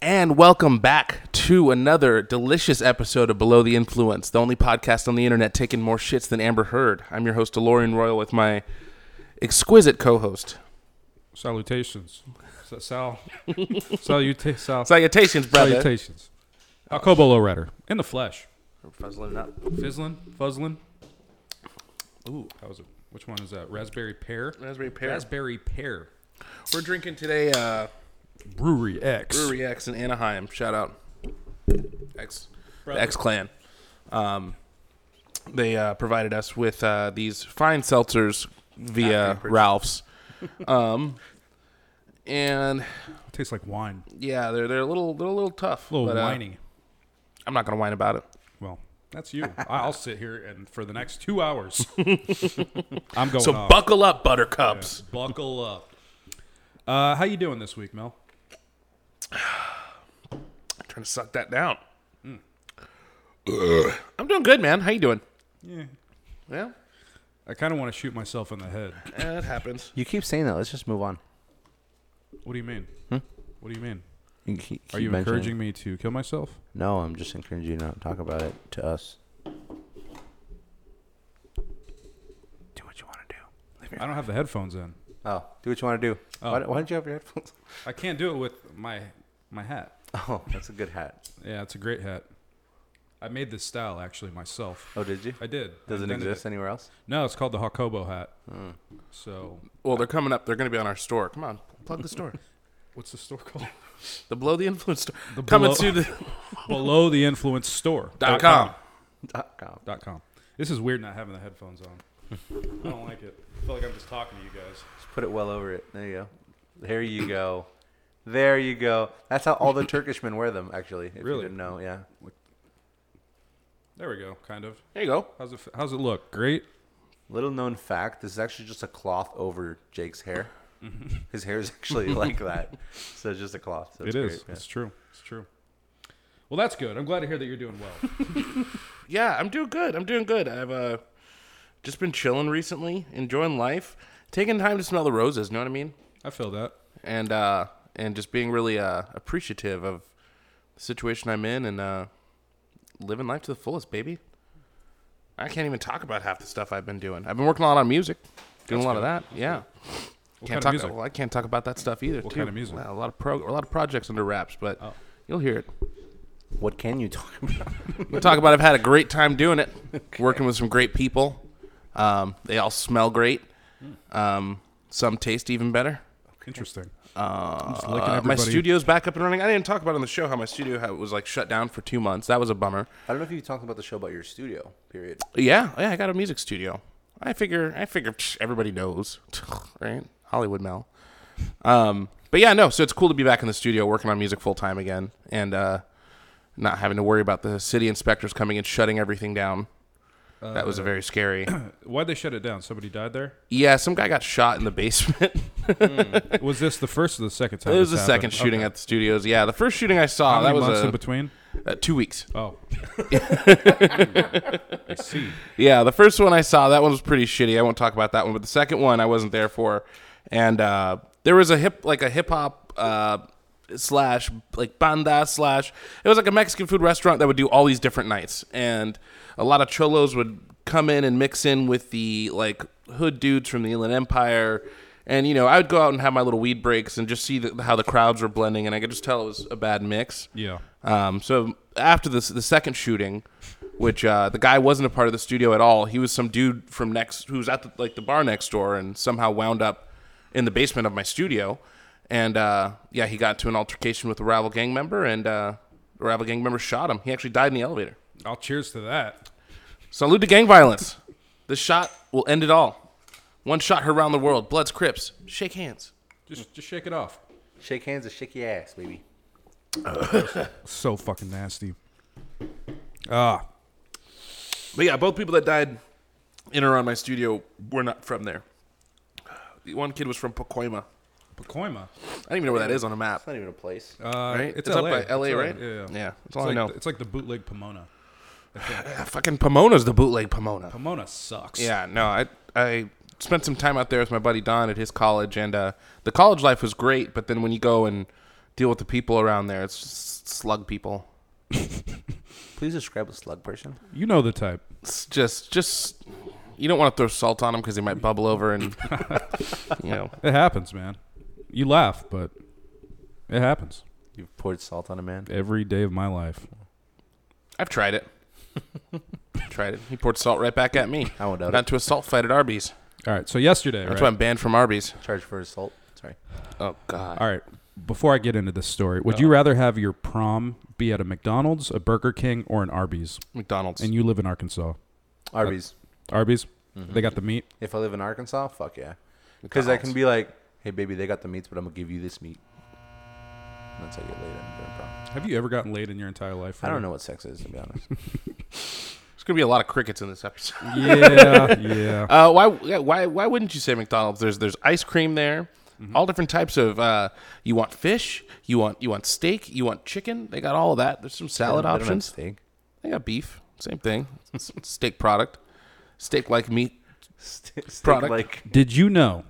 And welcome back to another delicious episode of Below the Influence, the only podcast on the internet taking more shits than Amber Heard. I'm your host, DeLorean Royal, with my exquisite co host. Salutations. Sa- Sal. Saluta- sal- Salutations, brother. Salutations. Alcobo Lowrider. In the flesh. Fuzzling up. Fizzlin. Fuzzlin. Ooh. That was a, which one is that? Raspberry pear? Raspberry pear. Raspberry pear. We're drinking today uh, Brewery X. Brewery X in Anaheim. Shout out X Brother. X Clan. Um, they uh, provided us with uh, these fine seltzers via Ralph's. Um, and Tastes like wine. yeah, they're they're a little they're a little tough. A little but, uh, whiny. I'm not gonna whine about it. Well, that's you. I- I'll sit here and for the next two hours. I'm going So off. buckle up, Buttercups. Buckle up. Uh, how you doing this week, Mel? I'm trying to suck that down. Mm. Ugh. I'm doing good, man. How you doing? Yeah. Yeah, I kind of want to shoot myself in the head. eh, it happens. You keep saying that. Let's just move on. What do you mean? Hmm? What do you mean? You can keep- Are keep you mentioning- encouraging me to kill myself? No, I'm just encouraging you not to talk about it to us. Do what you want to do. I don't have the headphones in. Oh, do what you want to do. Oh. Why, don't- why don't you have your headphones? I can't do it with my my hat. Oh, that's a good hat. Yeah, it's a great hat. I made this style actually myself. Oh, did you? I did. Does I it invented exist Hmm. anywhere else? No, it's called the Hakobo hat. So, Well, they're coming up. They're gonna be on our store. Come on, plug the store. what's the store called? The Below the Influence store. The Coming to Below- the Below the Influence Store dot com. Dot com. Dot com. This is weird not having the headphones on. I don't like it. I feel like I'm just talking to you guys. Just put it well over it. There you go. There you go. There you go. That's how all the Turkish men wear them, actually. If Really? You didn't know, yeah. There we go. Kind of. There you go. How's it? f- How's it look? Great. Little known fact: this is actually just a cloth over Jake's hair. His hair is actually like that, so it's just a cloth. So it's It is. Great. yeah. It's true. It's true. Well, that's good. I'm glad to hear that you're doing well. Yeah, I'm doing good. I'm doing good. I've uh, just been chilling recently, enjoying life, taking time to smell the roses. Know what I mean? I feel that. And uh, and just being really uh, appreciative of the situation I'm in and uh, living life to the fullest, baby. I can't even talk about half the stuff I've been doing. I've been working a lot on music, doing a lot of that. yeah, What can't kind of talk. music? Well, I can't talk about that stuff either. What too. kind of music? Well, a lot of pro, a lot of projects under wraps, but Oh. you'll hear it. What can you talk about? We'll talk about. I've had a great time doing it, working with some great people. Um, they all smell great. Um, some taste even better. Interesting. Uh, just licking my everybody. studio's back up and running. I didn't talk about on the show how my studio how it was like shut down for two months. That was a bummer. I don't know if you talked about the show about your studio. Period. Yeah, yeah, I got a music studio. I figure, I figure psh, everybody knows, right? Hollywood Mel. Um, but yeah, no. So it's cool to be back in the studio working on music full time again, and uh, not having to worry about the city inspectors coming and shutting everything down. Uh, that was a very scary. Why'd they shut it down? Somebody died there? Yeah, some guy got shot in the basement. Was this the first or the second time? it was the this second happened? shooting Okay. at the studios. Yeah, the first shooting I saw How many that was months in a, between? uh, two weeks. Oh. I see. Yeah, the first one I saw that one was pretty shitty. I won't talk about that one, but the second one I wasn't there for, and uh, there was a hip like a hip hop. Uh, slash like banda slash it was like a mexican food restaurant that would do all these different nights and a lot of cholos would come in and mix in with the like hood dudes from the inland empire and you know i would go out and have my little weed breaks and just see the, how the crowds were blending and i could just tell it was a bad mix Yeah. um, so after this, the second shooting, which uh, the guy wasn't a part of the studio at all, he was some dude from next who was at the, like the bar next door and somehow wound up in the basement of my studio. And uh, yeah, he got into an altercation with a rival gang member, and uh, the rival gang member shot him. He actually died in the elevator. I'll cheers to that. Salute to gang violence. This shot will end it all. One shot her around the world. Bloods, Crips, shake hands. Just just shake it off. Shake hands and shake your ass, baby. So fucking nasty. Ah. But yeah, both people that died in or around my studio were not from there. The one kid was from Pacoima. Pacoima. I don't even know where that is on a map. It's not even a place. Uh, Right? It's, It's LA. up by LA, It's right? Yeah. Yeah, that's It's all I like know. the- it's like the bootleg Pomona. Yeah, fucking Pomona's the bootleg Pomona. Pomona sucks. Yeah, no, I I spent some time out there with my buddy Don at his college, and uh, the college life was great. But then when you go and deal with the people around there. It's just slug people. Please describe a slug person. You know the type. It's just just you don't want to throw salt on them because they might bubble over and you know It happens, man. You laugh, but it happens You've poured salt on a man. every day of my life. I've tried it. tried it. He poured salt right back at me. I won't doubt Not to a salt fight at Arby's. All right. So yesterday, That's right? why I'm banned from Arby's. it. Charge for assault. Sorry. Oh God. All right. Before I get into this story, would Uh-huh. you rather have your prom be at a McDonald's, a Burger King, or an Arby's? McDonald's. And you live in Arkansas. Arby's. Arby's, Mm-hmm. they got the meat. If I live in Arkansas, fuck yeah. Because I can be like, hey, baby, they got the meats, but I'm going to give you this meat. And That's how you get laid in during prom. Have you ever gotten laid in your entire life? I don't know what sex is, to be honest. There's gonna be a lot of crickets in this episode. Yeah, yeah. Uh, why, yeah, why, why wouldn't you say McDonald's? There's, there's ice cream there, all different types of. Uh, you want fish? You want, you want steak? You want chicken? They got all of that. There's some salad They don't have options. Steak. They got beef. Same thing. It's a steak product. Steak like meat. Ste- steak Product. Like, Did you know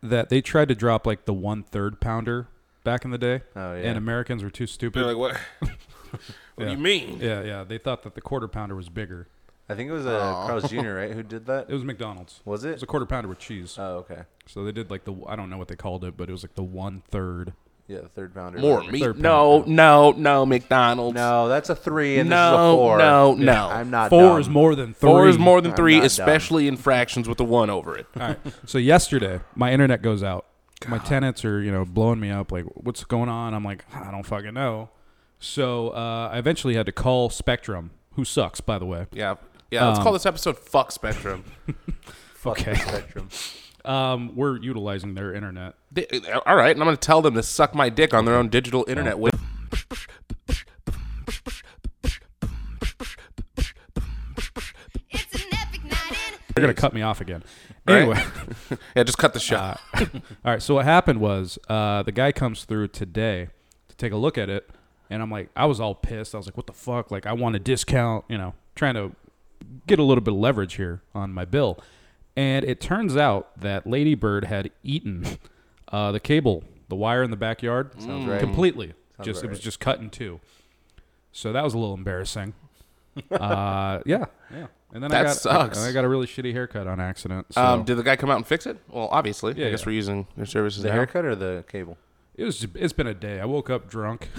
that they tried to drop like the one third pounder back in the day? Oh, yeah. And Americans were too stupid. what? what do you mean? yeah, yeah. They thought that the quarter pounder was bigger. I think it was uh, Aw. Carl's Jr., right, who did that? It was McDonald's. Was It was it? a quarter pounder with cheese. Oh, okay. So they did like the I don't know what they called it, but it was like the one third. Yeah, the third pounder. More Whatever. meat? Third No, product, no, no. McDonald's. No, that's a three, and this is a no, four. no, Yeah. no. I'm not Four dumb. is more than three. Four is more than I'm three, not especially in fractions with a one over it. All right. So yesterday, my internet goes out. My tenants are, you know, blowing me up. Like, what's going on? I'm like, I don't fucking know. So uh, I eventually had to call Spectrum, who sucks, by the way. Yeah, yeah. Let's Um, call this episode "Fuck Spectrum." Fuck the Okay. Spectrum. Um, we're utilizing their internet. They- uh, all right, and I'm going to tell them to suck my dick on their own digital internet. With It's an epic night in. They're gonna cut me off again. Right. Anyway, yeah, just cut the Uh, shot. all right. So what happened was uh, the guy comes through today to take a look at it, and I'm like, I was all pissed. I was like, what the fuck? Like, I want a discount. You know, trying to get a little bit of leverage here on my bill. And it turns out that Ladybird had eaten uh, the cable, the wire in the backyard, Sounds Mm. right. completely. Sounds just it right. was just cut in two. So that was a little embarrassing. uh, yeah, yeah. And then I That got sucks. and I got a really shitty haircut on accident. So Um, did the guy come out and fix it? Well, obviously. Yeah, I guess yeah. we're using their services The now. haircut or the cable? it was it's been a day. I woke up drunk.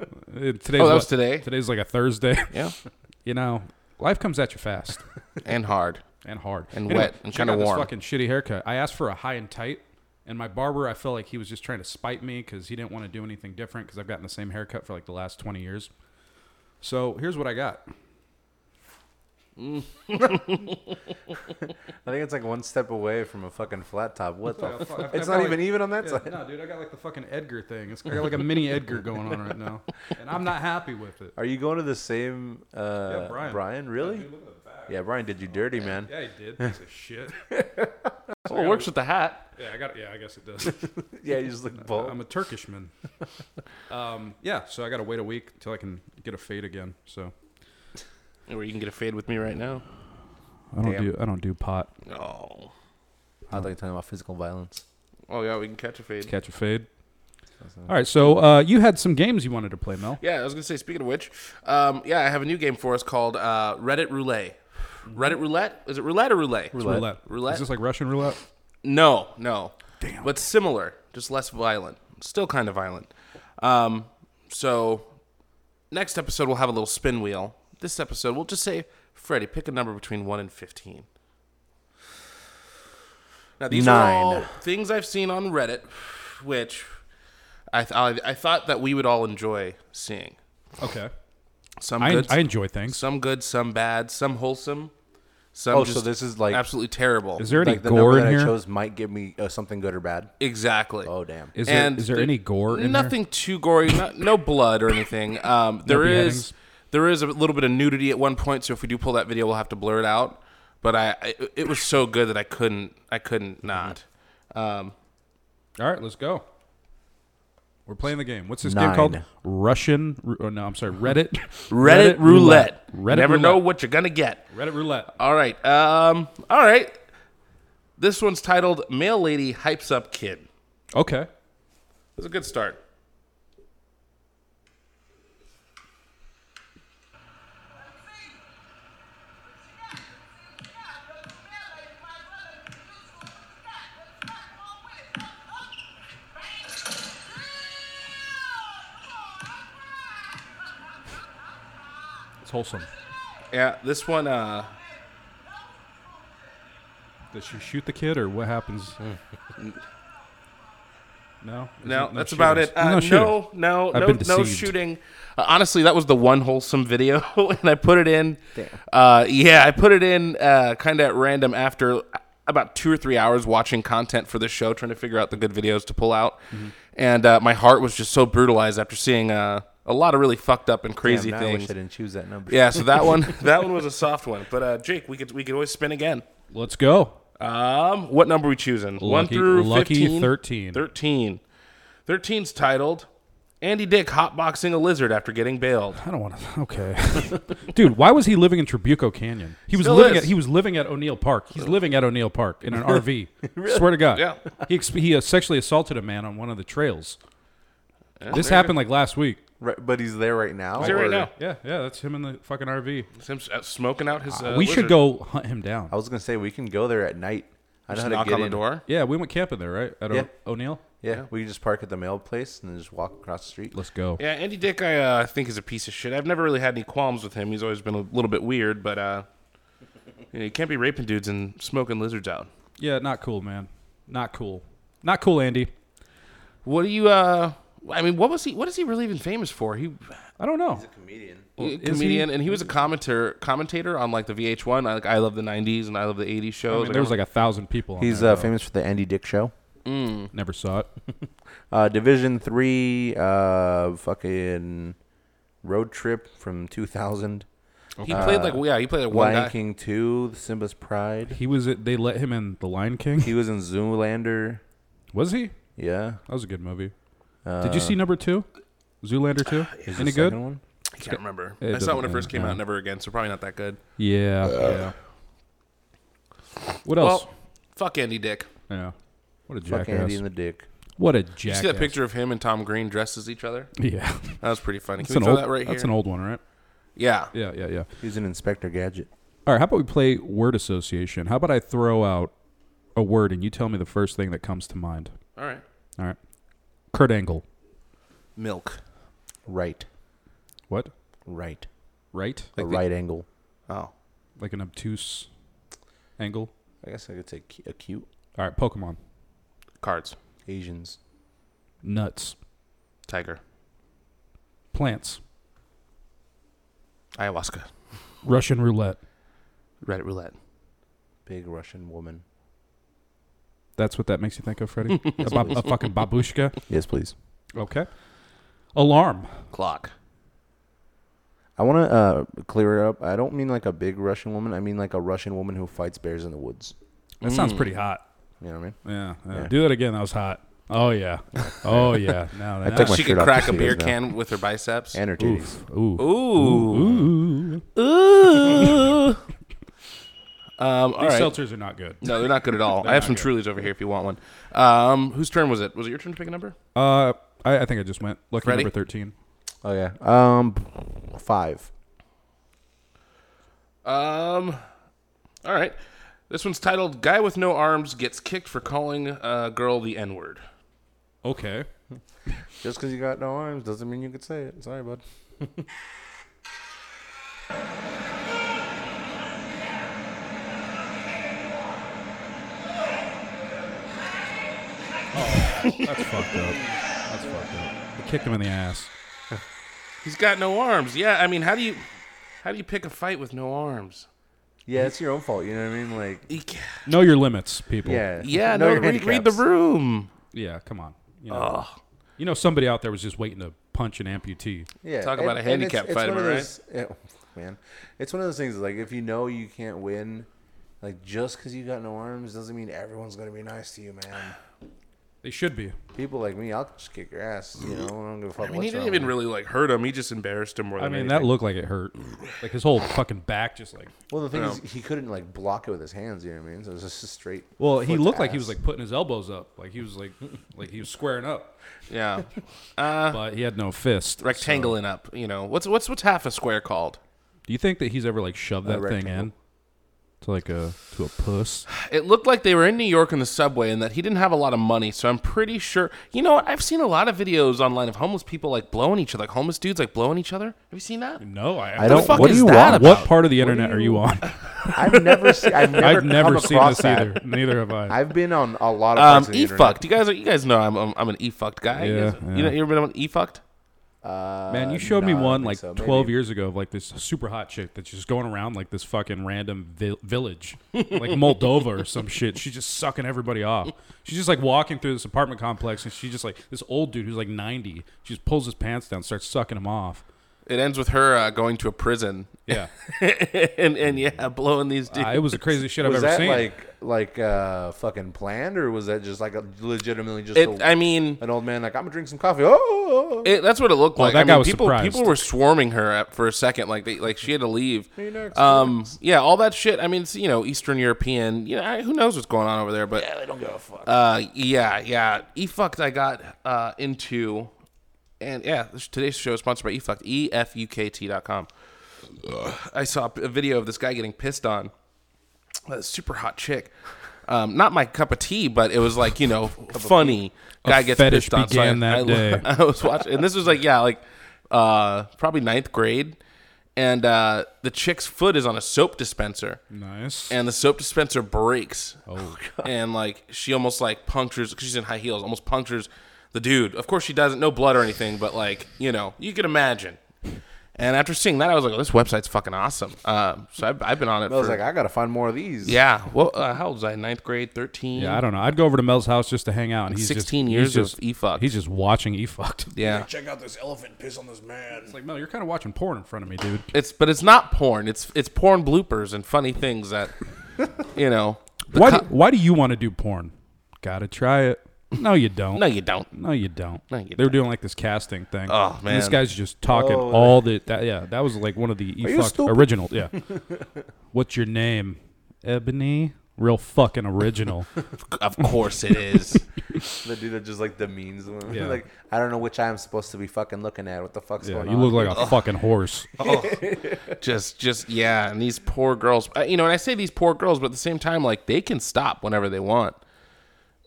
Uh, today's Oh, that was what- today? Today's like a Thursday. Yeah, you know, life comes at you fast. and hard. and hard And Anyway, wet and she kinda got this warm. Fucking shitty haircut. I asked for a high and tight, and my barber, I felt like he was just trying to spite me because he didn't want to do anything different because I've gotten the same haircut for like the last twenty years. So here's what I got. I think it's like one step away from a fucking flat top. What the? I've- fuck? I've- I've It's got, not even like- even on that Yeah, side. no, dude, I got like the fucking Edgar thing. It's I got like a mini Edgar going on right now, and I'm not happy with it. Are you going to the same? Uh, Yeah, Brian. really? Dude, look at the back. Yeah, Brian did you dirty, man. Yeah, he did. Piece of shit. Well, it works with the hat. Yeah, I got. Yeah, I guess it does. Yeah, you just look bald. I'm a Turkish man. Um, yeah, so I got to wait a week until I can get a fade again. So Or you can get a fade with me right now. I don't Damn. do I don't do pot. Oh. I'd like to talk about physical violence. Oh, yeah, we can catch a fade. Catch a fade. All right, so uh, you had some games you wanted to play, Mel. Yeah, I was gonna say. Speaking of which, um, yeah, I have a new game for us called uh, Reddit Roulette. Reddit Roulette is it roulette or roulette? It's roulette. Roulette? Is this like Russian roulette? No, no. Damn. But similar, just less violent. Still kind of violent. Um, so next episode we'll have a little spin wheel. This episode we'll just say, Freddie, pick a number between one and fifteen. Now these are all Nine. things I've seen on Reddit, which I, th- I, I thought that we would all enjoy seeing. Okay. Some I, good, I enjoy things. some good, some bad, some wholesome, some Oh, just so this is like absolutely terrible. Is there any like the gore number that in I here? chose might give me uh, something good or bad. exactly. Oh damn. Is there, And is there the- any gore in nothing too gory, not, no blood or anything. Um, there is beheadings? there is a little bit of nudity at one point, so if we do pull that video, we'll have to blur it out. But I, I it was so good that I couldn't I couldn't not. Um, there? All right, let's go. We're playing the game. What's this game Nine. called? Russian. ru- Oh, no, I'm sorry. Reddit. Reddit, roulette. Reddit Never roulette. know what you're gonna get. Reddit roulette. All right. Um, all right. This one's titled "Male Lady Hypes Up Kid." Okay. That's a good start. wholesome. Yeah, this one. Uh, Does she shoot the kid or what happens? no? no, that's about it. Uh, no, no, no, I've no, been deceived. shooting. Uh, honestly, that was the one wholesome video, and I put it in. Uh, yeah, I put it in uh, kind of at random after about two or three hours watching content for the show, trying to figure out the good videos to pull out. And uh, my heart was just so brutalized after seeing uh, a lot of really fucked up and Damn, crazy now I things. wish I didn't choose that number. Yeah, so that one that one was a soft one. But uh, Jake, we could we could always spin again. Let's go. Um, what number are we choosing? one Lucky- through lucky 15? 13. 13. 13's titled Andy Dick hotboxing a lizard after getting bailed. I don't want to. Okay, dude, why was he living in Tribuco Canyon? He was Still living. is. At, he was living at O'Neill Park. He's living at O'Neill Park in an RV. Swear to God. Yeah. He exp- he uh, sexually assaulted a man on one of the trails. this there you happened like last week. Right, but he's there right now. He's here right or- now. Yeah, yeah, that's him in the fucking RV. It's him s- smoking out his. Uh, we lizard. should go hunt him down. I was gonna say we can go there at night. I know Just how to knock get on the in. door. Yeah, we went camping there, right? At O- Yeah. O'Neill. Yeah, we can just park at the mail place and then just walk across the street. Let's go. Yeah, Andy Dick, I uh, think is a piece of shit. I've never really had any qualms with him. He's always been a little bit weird, but uh, you, know, you can't be raping dudes and smoking lizards out. Yeah, not cool, man. Not cool. Not cool, Andy. What do you? Uh, I mean, what was he? What is he really even famous for? He I don't uh, know. Comedian. a is comedian, and he was a commentator commentator on like the VH1, like I love the '90s and I love the '80s I shows. mean, there was like a thousand people. On He's there, uh, though. famous for the Andy Dick Show. Never saw it. Uh, Division three, uh, fucking road trip from 2000. he played like yeah, he played like one Lion guy. King two, The Simba's Pride. He was. They let him in The Lion King. He was in Zoolander. Was he? Yeah. That was a good movie. Uh, Did you see number two, Zoolander two? Any The good? second one? I can't remember. It I saw it when it doesn't- first came yeah. out, never again. So probably not that good. Yeah, yeah. What else? Well, fuck Andy Dick. yeah. What a Fuck jackass! Andy and the Dick. what a You jackass! see that picture of him and Tom Green dressed as each other? Yeah, That was pretty funny. that's Can an we throw old. that right here? That's an old one, right? yeah. Yeah, yeah, yeah. He's an Inspector Gadget. All right. How about we play word association? How about I throw out a word and you tell me the first thing that comes to mind? All right. All right. Kurt Angle. Milk. Right. What? Right. Right? a right angle. Oh. Like an obtuse angle. I guess I could say cu- acute All right. Pokemon. Cards. Asians. Nuts. Tiger. Plants. Ayahuasca. Russian roulette. Reddit roulette. Big Russian woman. That's what that makes you think of, Freddie? a, bab- a fucking babushka. Yes, please. Okay. Alarm. Clock. I want to uh, clear it up. I don't mean like a big Russian woman. I mean like a Russian woman who fights bears in the woods. That sounds pretty hot. You know what I mean? Yeah, yeah. Yeah. Do that again. That was hot. Oh yeah. Oh yeah. Now that. took my She shirt could off crack to a see beer it now. can with her biceps. And her titties. Oof. Ooh. Ooh. Ooh. Ooh. um, all These right. seltzers are not good. No, they're not good at all. I have some Trulies over here if you want one. Um, whose turn was it? Was it your turn to pick a number? Uh, I, I think I just went lucky Freddie? number thirteen. Oh yeah. Um, five. Um, all right. This one's titled "Guy with No Arms Gets Kicked for Calling a Girl the N Word." Okay. Just because you got no arms doesn't mean you could say it. Sorry, bud. That's fucked up. That's fucked up. They kicked him in the ass. He's got no arms. Yeah, I mean, how do you how do you pick a fight with no arms? Yeah, it's your own fault. You know what I mean? Like, He ca- Know your limits, people. yeah. Yeah, Know no. your Read, read the handicaps. room. Yeah. Come on. You know, you know somebody out there was just waiting to punch an amputee. Yeah. Talk about a handicap fight, one am of I right? those- yeah, man, it's one of those things. Like, if you know you can't win, like just because you got no arms doesn't mean everyone's gonna be nice to you, man. They should be. People like me, I'll just kick your ass. You know, I don't give a I fuck. mean, he what's didn't wrong even with you. really like hurt him. He just embarrassed him more I than mean, that anything. looked like it hurt. Like his whole fucking back, just like. Well, the thing No. is, he couldn't like block it with his hands. You know what I mean? So it was just a straight. Well, he foot to looked like he was ass. like putting his elbows up, like he was like, like he was squaring up, yeah, but he had no fist. so- rectangling up. You know, what's what's what's half a square called? Do you think that he's ever like shoved that thing in? rectangle. to like a to a puss. It looked like they were in New York in the subway and that he didn't have a lot of money, so I'm pretty sure. You know what? I've seen a lot of videos online of homeless people like blowing each other, like homeless dudes like blowing each other. Have you seen that? No, I, I don't. fuck What do is you that want? What part of the internet are you on? I've never seen. I've never, I've never come seen across this that. either. Neither have I. I've been on a lot of Um, parts of the e internet. fucked. You guys are. You guys know I'm. I'm, I'm an e fucked guy. You Yeah, guys- You yeah. know. You ever been on e fucked? Uh, Man, you showed me no, I don't one think like so. 12 Maybe. years ago of like this super hot chick that's just going around like this fucking random vi- village, like Moldova or some shit. She's just sucking everybody off. She's just like walking through this apartment complex and she's just like this old dude who's like 90. She just pulls his pants down, starts sucking him off. It ends with her uh, going to a prison. Yeah. and and yeah, blowing these dudes. Uh, it was the craziest shit I've Was ever that seen. like like uh, fucking planned, or was that just like a, legitimately just It- a- I mean, an old man like I'm gonna drink some coffee? Oh, it, that's what it looked like. that I mean, guy was people surprised. people were swarming her at, for a second, like they like she had to leave. Um, yeah, all that shit. I mean, it's, you know, Eastern European. You know, I, who knows what's going on over there? But I don't give a fuck. Uh, yeah, yeah. E fucked. I got uh into, and yeah, this- today's show is sponsored by E fucked. E f u k t dot com. I saw a video of this guy getting pissed on. A super hot chick. Um, not my cup of tea, but it was like you know funny guy gets fetish pissed on. So began I, that I, day. I was watching, and this was like yeah, like uh probably ninth grade, and uh the chick's foot is on a soap dispenser nice. and the soap dispenser breaks. Oh god! And like she almost like punctures because she's in high heels, almost punctures the dude. Of course, she doesn't, no blood or anything, but like you know, you can imagine. And after seeing that, I was like, oh, "This website's fucking awesome." Um, so I've, I've been on it. I was for, like, I gotta find more of these. "Yeah, well, uh, how old was I? Ninth grade, thirteen. yeah, I don't know. I'd go over to Mel's house just to hang out. And he's just- 16 he's years of just, E-fucked. He's just watching e fucked. yeah." Check out this elephant piss on this man. It's like Mel, you're kind of watching porn in front of me, dude. It's but it's not porn. It's it's porn bloopers and funny things that you know. the Why? co- do, why do you want to do porn? Gotta try it. No, you don't. no, you don't. No, you don't. No, you they were doing like this casting thing. Oh, And this man. Oh, guy's just talking all the that. Yeah, that was like one of the e you fucked stupid? original. Yeah. What's your name? Ebony. Real fucking original. Of course it is. the dude that just like demeans them. Yeah. like I don't know which eye I'm supposed to be fucking looking at. What the fuck's yeah, going you on? look Oh. like a fucking horse. just just yeah and these poor girls uh, you know and i say these poor girls but at the same time like they can stop whenever they want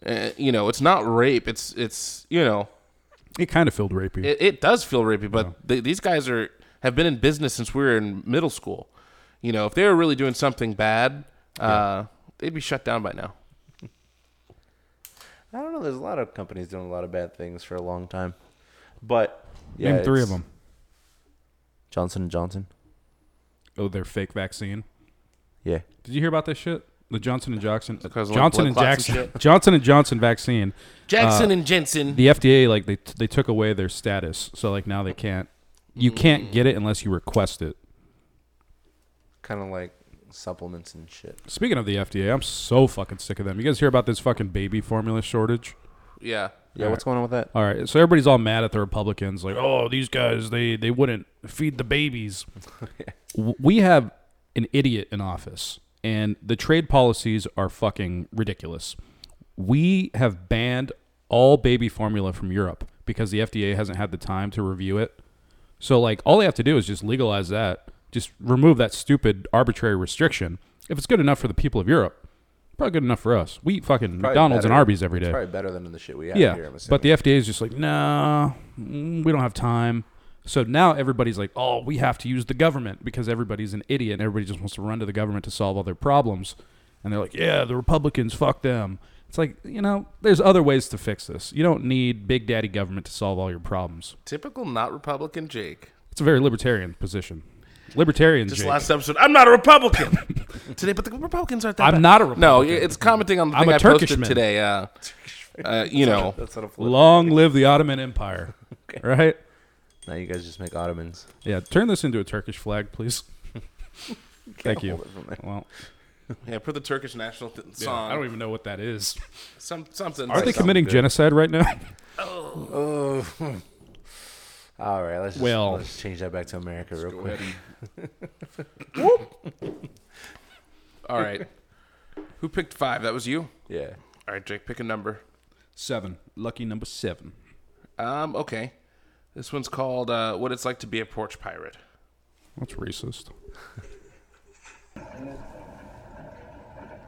uh, you know it's not rape it's it's you know It kind of felt rapey. it, it does feel rapey but th- these guys are have been in business since we were in middle school you know if they were really doing something bad uh, they'd be shut down by now I don't know. There's a lot of companies doing a lot of bad things for a long time, but yeah, Name three of it's them. Johnson and Johnson. Oh, their fake vaccine. Yeah, Did you hear about this shit? The Johnson and Johnson, Because of, like, Johnson blood and clots and Jackson, Johnson and Johnson vaccine. jackson and jensen Uh, the FDA like they they took away their status, so like now they can't. You can't get it unless you request it. kind of like supplements and shit. Speaking of the FDA, I'm so fucking sick of them. You guys hear about this fucking baby formula shortage? yeah Yeah, what's going on with that? All right, so everybody's all mad at the Republicans, like, oh, these guys they they wouldn't feed the babies. W- we have an idiot in office, and the trade policies are fucking ridiculous. We have banned all baby formula from Europe because the FDA hasn't had the time to review it. So like all they have to do is just legalize that, just remove that stupid arbitrary restriction. If it's good enough for the people of Europe, probably good enough for us. We eat fucking Probably McDonald's and better- Arby's every day. It's probably better than the shit we have yeah, here. I'm assuming. but the FDA is just like, nah, mm, we don't have time. So now everybody's like, oh, we have to use the government because everybody's an idiot and everybody just wants to run to the government to solve all their problems. And they're like, yeah, the Republicans, fuck them. It's like, you know, there's other ways to fix this. You don't need big daddy government to solve all your problems. typical not republican jake It's a very libertarian position. Libertarian. Just Jake. last episode. I'm not a Republican today, but the Republicans aren't that. I'm bad. not a No, Republican. it's commenting on the I'm thing a I Turkish posted man. today. Uh, uh, you know, that's not a flip. Long live the Ottoman Empire. Right? Now you guys just make ottomans. Yeah, turn this into a Turkish flag, please. Thank you. Well, yeah, put the Turkish national th- yeah, song. I don't even know what that is. some something. Are they like- committing genocide right now? All right, let's just, Well. let's change that back to America real quick. All right. Who picked five? That was you. Yeah, All right, Jake, pick a number. Seven. Lucky number seven. Um, okay. This one's called uh, "What It's Like to Be a Porch Pirate." That's racist.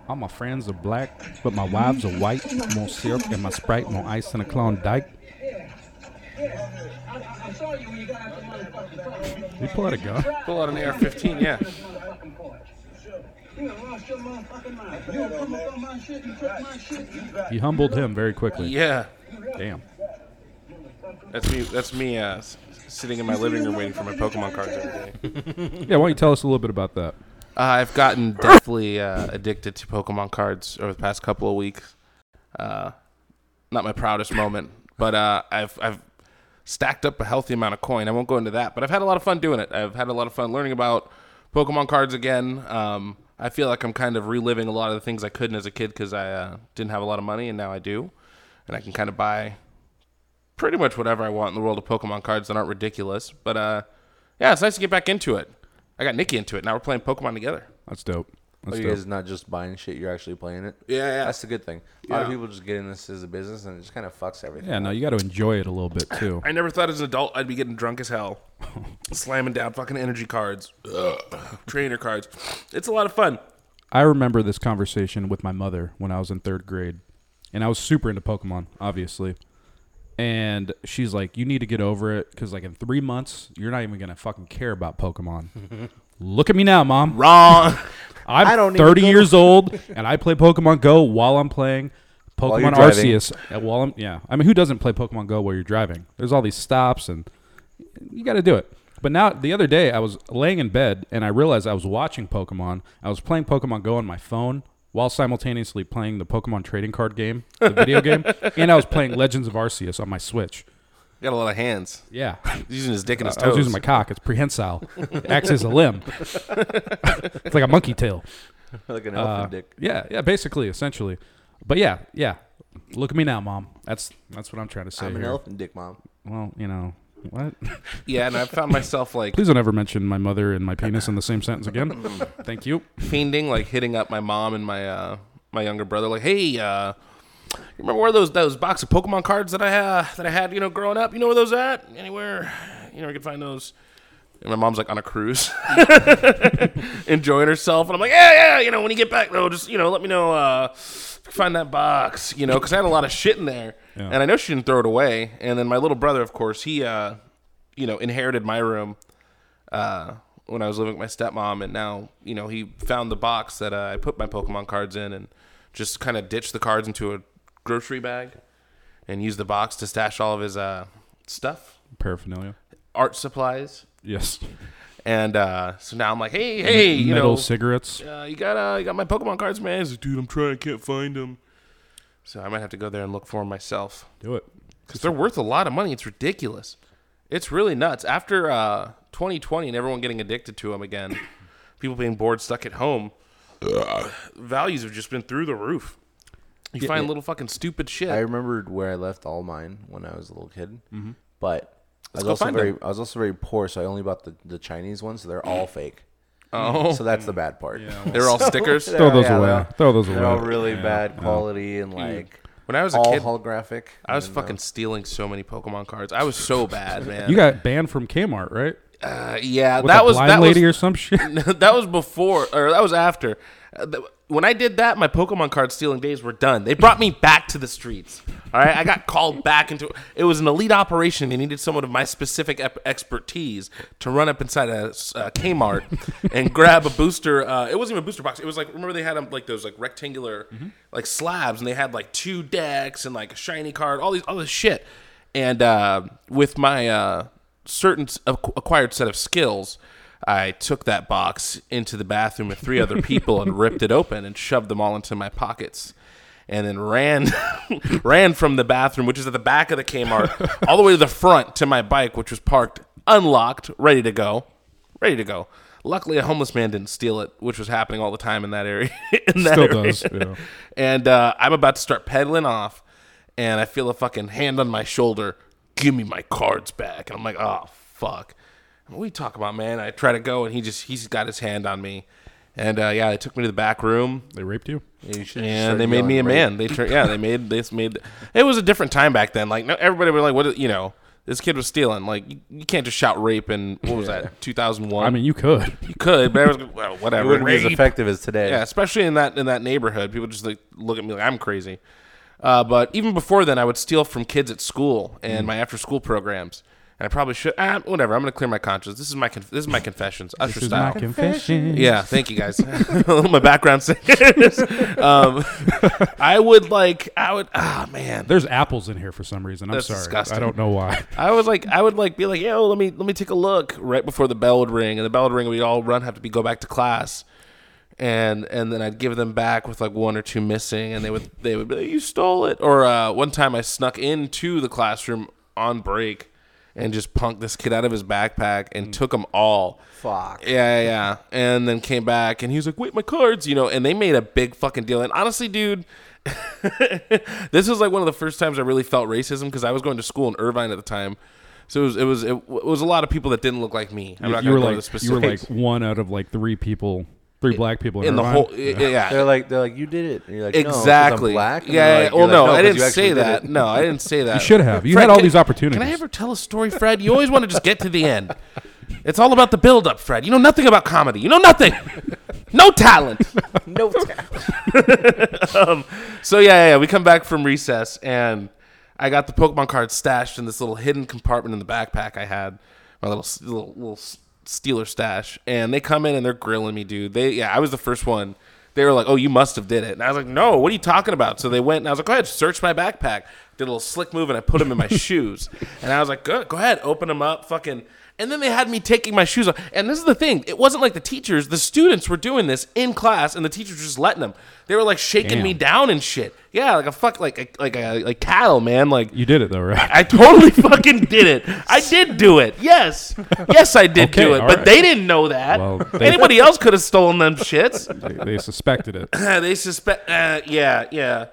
All my friends are black, but my wives are white. More syrup and my Sprite, more ice than a Klondike. Did he pull out a gun? Pull out an AR-15. Yeah. You humbled him very quickly. Yeah. Damn. That's me. That's me. Uh, s- sitting in my living room waiting for my Pokemon cards every day. Yeah, why don't you tell us a little bit about that? Uh, I've gotten deathly uh, addicted to Pokemon cards over the past couple of weeks. Uh, not my proudest moment, but uh, I've I've stacked up a healthy amount of coin. I won't go into that, but I've had a lot of fun doing it. I've had a lot of fun learning about Pokemon cards again. Um, I feel like I'm kind of reliving a lot of the things I couldn't as a kid because I uh, didn't have a lot of money, and now I do, and I can kind of buy pretty much whatever I want in the world of Pokemon cards that aren't ridiculous. But uh, yeah, it's nice to get back into it. I got Nikki into it. Now we're playing Pokemon together. That's dope. That's you dope. guys not just buying shit, you're actually playing it. Yeah, yeah. That's the good thing. A lot of Yeah. people just get in this as a business and it just kind of fucks everything. Yeah, no, you got to enjoy it a little bit too. I never thought as an adult I'd be getting drunk as hell, slamming down fucking energy cards, Ugh. trainer cards. It's a lot of fun. I remember this conversation with my mother when I was in third grade, and I was super into Pokemon, obviously. And she's like, "You need to get over it because, like, in three months, you're not even gonna fucking care about Pokemon." Look at me now, mom. Wrong. I'm I don't even 30 go- years old, and I play Pokemon Go while I'm playing While you're Pokemon driving. Arceus. uh, While I'm, yeah, I mean, who doesn't play Pokemon Go while you're driving? There's all these stops, and you got to do it. But now, the other day, I was laying in bed, and I realized I was watching Pokemon. I was playing Pokemon Go on my phone while simultaneously playing the Pokemon trading card game, the video game, and I was playing Legends of Arceus on my Switch. Got a lot of hands. Yeah. He's using his dick and his toes. Uh, I was using my cock. It's prehensile. It acts as a limb. it's like a monkey tail. like an uh, elephant dick. Yeah, yeah, basically, essentially. But yeah, yeah. Look at me now, mom. That's that's what I'm trying to say. I'm an here. elephant dick, mom. Well, you know what? yeah, and I found myself like Please don't ever mention my mother and my penis in the same sentence again. Thank you. fiending, like hitting up my mom and my uh, my younger brother, like, hey, uh, you remember where those those box of Pokemon cards that I uh, that I had, you know, growing up? You know where those at? Anywhere, you know, I could find those. And my mom's like on a cruise, enjoying herself, and I'm like, yeah, yeah, you know, when you get back though, just you know, let me know, uh, if you find that box, you know, because I had a lot of shit in there, Yeah. and I know she didn't throw it away. And then my little brother, of course, he, uh, you know, inherited my room, uh, when I was living with my stepmom, and now you know he found the box that uh, I put my Pokemon cards in, and just kind of ditched the cards into a grocery bag, and used the box to stash all of his uh, stuff, Paraphernalia. art supplies, Yes. and uh, so now I'm like, hey, hey, you Metal know, cigarettes. uh, you got uh, you got my Pokemon cards, man. He's like, dude, I'm trying, I can't find them. So I might have to go there and look for them myself Do it. because they're worth a lot of money. It's ridiculous. It's really nuts. After uh, 2020 and everyone getting addicted to them again, people being bored, stuck at home, values have just been through the roof. You find little fucking stupid shit. I remembered where I left all mine when I was a little kid, but I was Mm-hmm. go also find very 'em. I was also very poor, so I only bought the, the Chinese ones. So they're all fake. oh, So that's the bad part. Yeah, they're all stickers. Throw those away. They're, Throw those they're all away. really bad quality and like When I was a all kid, holographic. I was fucking stealing so many Pokemon cards. I was so bad, man. You got banned from Kmart, right? Uh, yeah, With Uh, that a was blind that lady was or some shit. that was before or that was after. Uh, th- When I did that, my Pokemon card stealing days were done. They brought me back to the streets. All right, I got called back into it was an elite operation. They needed someone of my specific ep- expertise to run up inside a, s- a Kmart and grab a booster. Uh, it wasn't even a booster box. It was like remember they had um, like those like rectangular like slabs, and they had like two decks and like a shiny card, all these all this shit. And uh, with my uh, certain s- ac- acquired set of skills, I took that box into the bathroom with three other people and ripped it open and shoved them all into my pockets. And then ran, ran from the bathroom, which is at the back of the Kmart, all the way to the front to my bike, which was parked, unlocked, ready to go, ready to go. Luckily, a homeless man didn't steal it, which was happening all the time in that area. in that Still area. does. Yeah. And uh, I'm about to start pedaling off, and I feel a fucking hand on my shoulder. Give me my cards back. And I'm like, oh fuck. What we talk about, man? I try to go, and he just he's got his hand on me. And uh, yeah, they took me to the back room, They raped you. You should just and start they made me a yelling rape. man. They turned yeah, they made this made. It was a different time back then. Like no, everybody was like, what? is- You know, This kid was stealing. Like you, you can't just shout rape in what was that 2001. I mean, you could. you could, but everyone's like, well, It whatever. wouldn't be as Rape. effective as today. Yeah, especially in that in that neighborhood, people just like look at me like I'm crazy. Uh, but even before then, I would steal from kids at school and Mm. my after school programs, and I probably should. Ah, whatever. I'm gonna clear my conscience. This is my conf- this is my confessions. Usher This is style. my confession. Yeah, thank you guys. My background singers. Um, I would like. I would. Ah, man. There's apples in here for some reason. I'm That's sorry. disgusting. I don't know why. I was like, I would like be like, yo, let me let me take a look right before the bell would ring, and the bell would ring, and we'd all run, have to be go back to class, and and then I'd give them back with like one or two missing, and they would they would be like, you stole it. Or uh, one time I snuck into the classroom on break and just punked this kid out of his backpack and took 'em took them all. Fuck. Yeah, yeah, yeah. And then came back and he was like, wait, my cards, you know, and they made a big fucking deal. And honestly, dude, this was like one of the first times I really felt racism because I was going to school in Irvine at the time. So it was, it was, it, w- it was a lot of people that didn't look like me. I'm not you going were to go into the like you were like specifics. one out of like three people, three black people in, in the Irvine. whole, yeah. They're like they're like you did it. And you're like "No, 'cause I'm Exactly. black. And Yeah. they're yeah, like- well, you're like, no, "No, I 'cause didn't you actually say did that. it." No, I didn't say that. You should have. You had all these opportunities. Can I ever tell a story, Fred? You always want to just get to the end. It's all about the build-up, Fred. You know nothing about comedy. You know nothing. No talent. No. So yeah, yeah, yeah, we come back from recess, and I got the Pokemon cards stashed in this little hidden compartment in the backpack I had, my little s- little, little s- Steeler stash. And they come in and they're grilling me, dude. They yeah, I was the first one. They were like, "Oh, you must have did it," and I was like, "No, what are you talking about?" So they went, and I was like, "Go ahead, search my backpack." Did a little slick move, and I put them in my shoes, and I was like, "Good, go ahead, open them up, fucking." And then they had me taking my shoes off. And this is the thing: it wasn't like the teachers; the students were doing this in class, and the teachers were just letting them. They were like shaking me Damn. down down and shit. Yeah, like a fuck, like a, like a like cattle, man. Like You did it though, right? I totally fucking did it. I did do it. Yes, yes, I did Okay, do it. all But right. they didn't know that. Well, they- Anybody else could have stolen them shits. They- they suspected it. they suspect. Uh, yeah, yeah.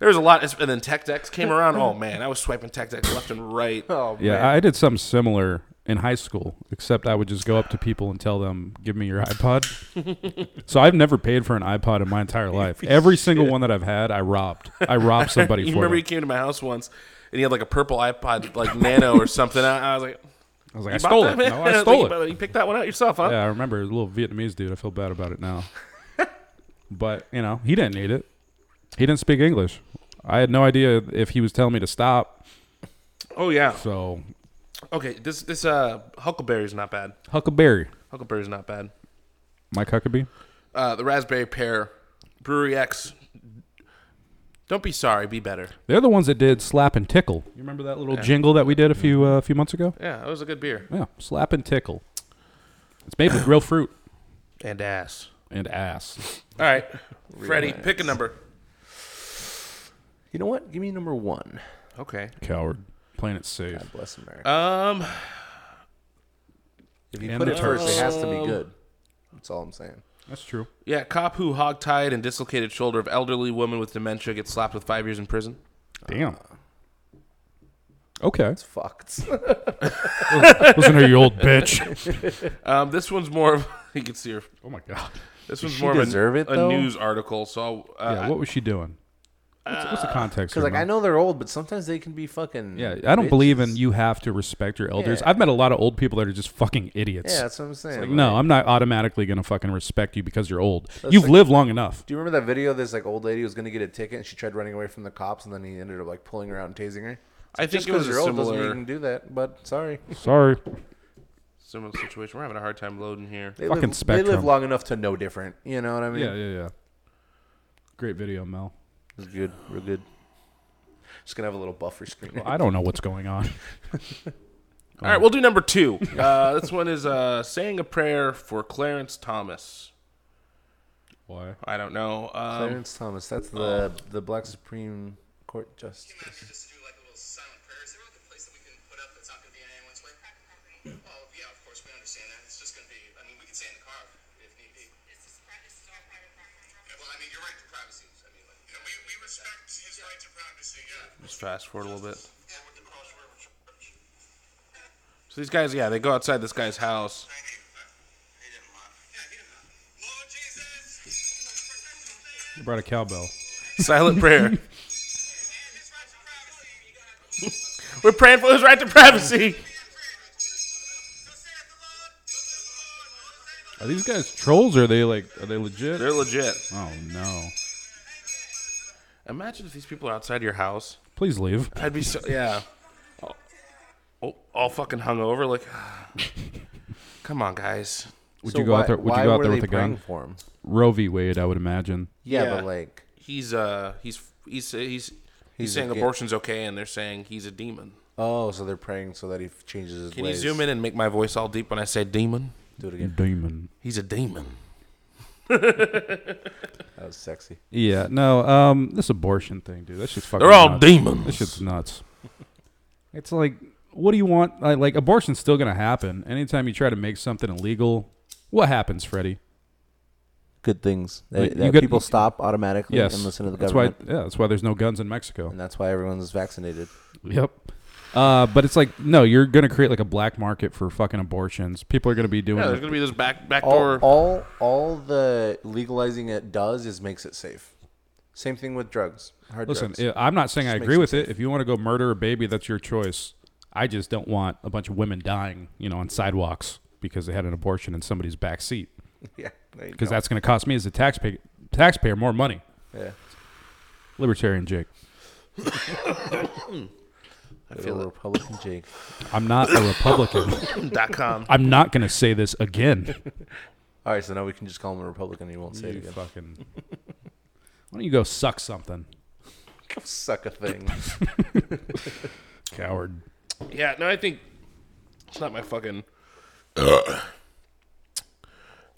There was a lot, and then Tech Dex came around. Oh man, I was swiping Tech Dex left and right. Oh Yeah, man. I did something similar in high school, except I would just go up to people and tell them, "Give me your iPod." so I've never paid for an iPod in my entire life. Every single one that I've had, I robbed. I robbed somebody You for. remember them. he came to my house once, and he had like a purple iPod, like Nano or something. I, I was like, I was like, "I stole it." No, I stole it. You picked that one out yourself, huh? Yeah, I remember. A little Vietnamese dude. I feel bad about it now. but you know, he didn't need it. He didn't speak English. I had no idea if he was telling me to stop. Oh yeah. So Okay, this this uh Huckleberry's not bad. Huckleberry, Huckleberry's not bad. Mike Huckabee. Uh, the raspberry pear, Brewery X. Don't be sorry, be better. They're the ones that did slap and tickle. You remember that little jingle that we did a few uh, a few months ago? Yeah, that was a good beer. Yeah, slap and tickle. It's made with real fruit And ass. and ass. All right, Freddie, pick a number. You know what? Give me number one. Okay. Coward. Playing it safe. God bless America. Uh, Um, if you and put the it first, Turks. it has to be good. That's all I'm saying. That's true. yeah, cop who hogtied and dislocated shoulder of elderly woman with dementia gets slapped with five years in prison. Damn. Okay. It's fucked. Listen here, you old bitch. Um, this one's more of you can see her. Oh my god. This one's she more of deserve a, it, a though? news article. So uh, Yeah, what was she doing? What's, what's the context? Here, Because Uh, like I man? know they're old, but sometimes they can be fucking. Yeah, I don't believe in bitches. you have to respect your elders. Yeah. I've met a lot of old people that are just fucking idiots. Yeah, that's what I'm saying. Like, no, I'm not automatically gonna fucking respect you because you're old. You've lived long enough. Do you remember that video? This like old lady was gonna get a ticket, and she tried running away from the cops, and then he ended up like pulling her out and tasing her. I think Just it was a because you're old doesn't mean you similar- can do that. But sorry, Sorry. similar situation. We're having a hard time loading here. they Fucking live, They live spectrum. long enough to know different. You know what I mean? Yeah, yeah, yeah. Great video, Mel. It's good. Real good. Just gonna have a little buffer screen. Well, I don't know what's going on. All right, we'll do number two. Uh, this one is uh, saying a prayer for Clarence Thomas. Why? I don't know. Um, Clarence Thomas. That's the the black Supreme Court justice. just do like a little silent prayer. Is there like a place that we can put up that's not going to be in anyone's way? Well, yeah, of course we understand that. It's just going to be. I mean, we can stay in the car if need be. This is, this is our private property. Well, I mean, your right to privacy. I mean, like, yeah, we, we respect his right to privacy. Yeah. let's fast forward a little bit. yeah. With the Cross River Church. So these guys, yeah, they go outside this guy's house. Thank you. He didn't mind. Yeah, he didn't mind. Lord Jesus. You brought a cowbell. Silent prayer. And his right to privacy. We're praying for his right to privacy. Are these guys trolls? Or are they like? Are they legit? They're legit. oh no! Imagine if these people are outside your house. Please leave. I'd be so yeah. Oh, all fucking hungover, like. Come on, guys. Would you go out there? Would you go out there with a gun? For him? Roe v. Wade, I would imagine. Yeah, Yeah. but like He's uh he's he's he's he's, He's saying a gay- abortion's okay, and they're saying he's a demon. oh, so they're praying so that he f- changes his Can ways. you zoom in and make my voice all deep when I say demon? Do it again. Demon. He's a demon. That was sexy. Yeah. No. Um. This abortion thing, dude. That shit's fucking. They're all nuts. This demons. shit's nuts. It's like, what do you want? Like, like, abortion's still gonna happen. Anytime you try to make something illegal, what happens, Freddie? Good things. Like, That- you that get- people stop automatically Yes. and listen to the that's government, why. Yeah. That's why there's no guns in Mexico. and that's why everyone's vaccinated. Yep. Uh, but it's like no, you're gonna create like a black market for fucking abortions. People are gonna be doing Yeah, it. there's gonna be this back All, backdoor. all, all the legalizing it does is makes it safe. Same thing with drugs. Hard Listen, drugs. I- I'm not saying I Just agree with makes it. If you want to go murder a baby, that's your choice. I just don't want a bunch of women dying, you know, on sidewalks because they had an abortion in somebody's back seat. yeah, there you Because go. that's going to cost me as a taxpayer taxpayer more money. yeah. Libertarian Jake, I feel Little it. Republican Jake. I'm not a Republican. Dot com. I'm not going to say this again. All right, so now we can just call him a Republican. and He won't say it You again. fucking. Why don't you go suck something, Go suck a thing. coward? Yeah, no, I think it's not my fucking.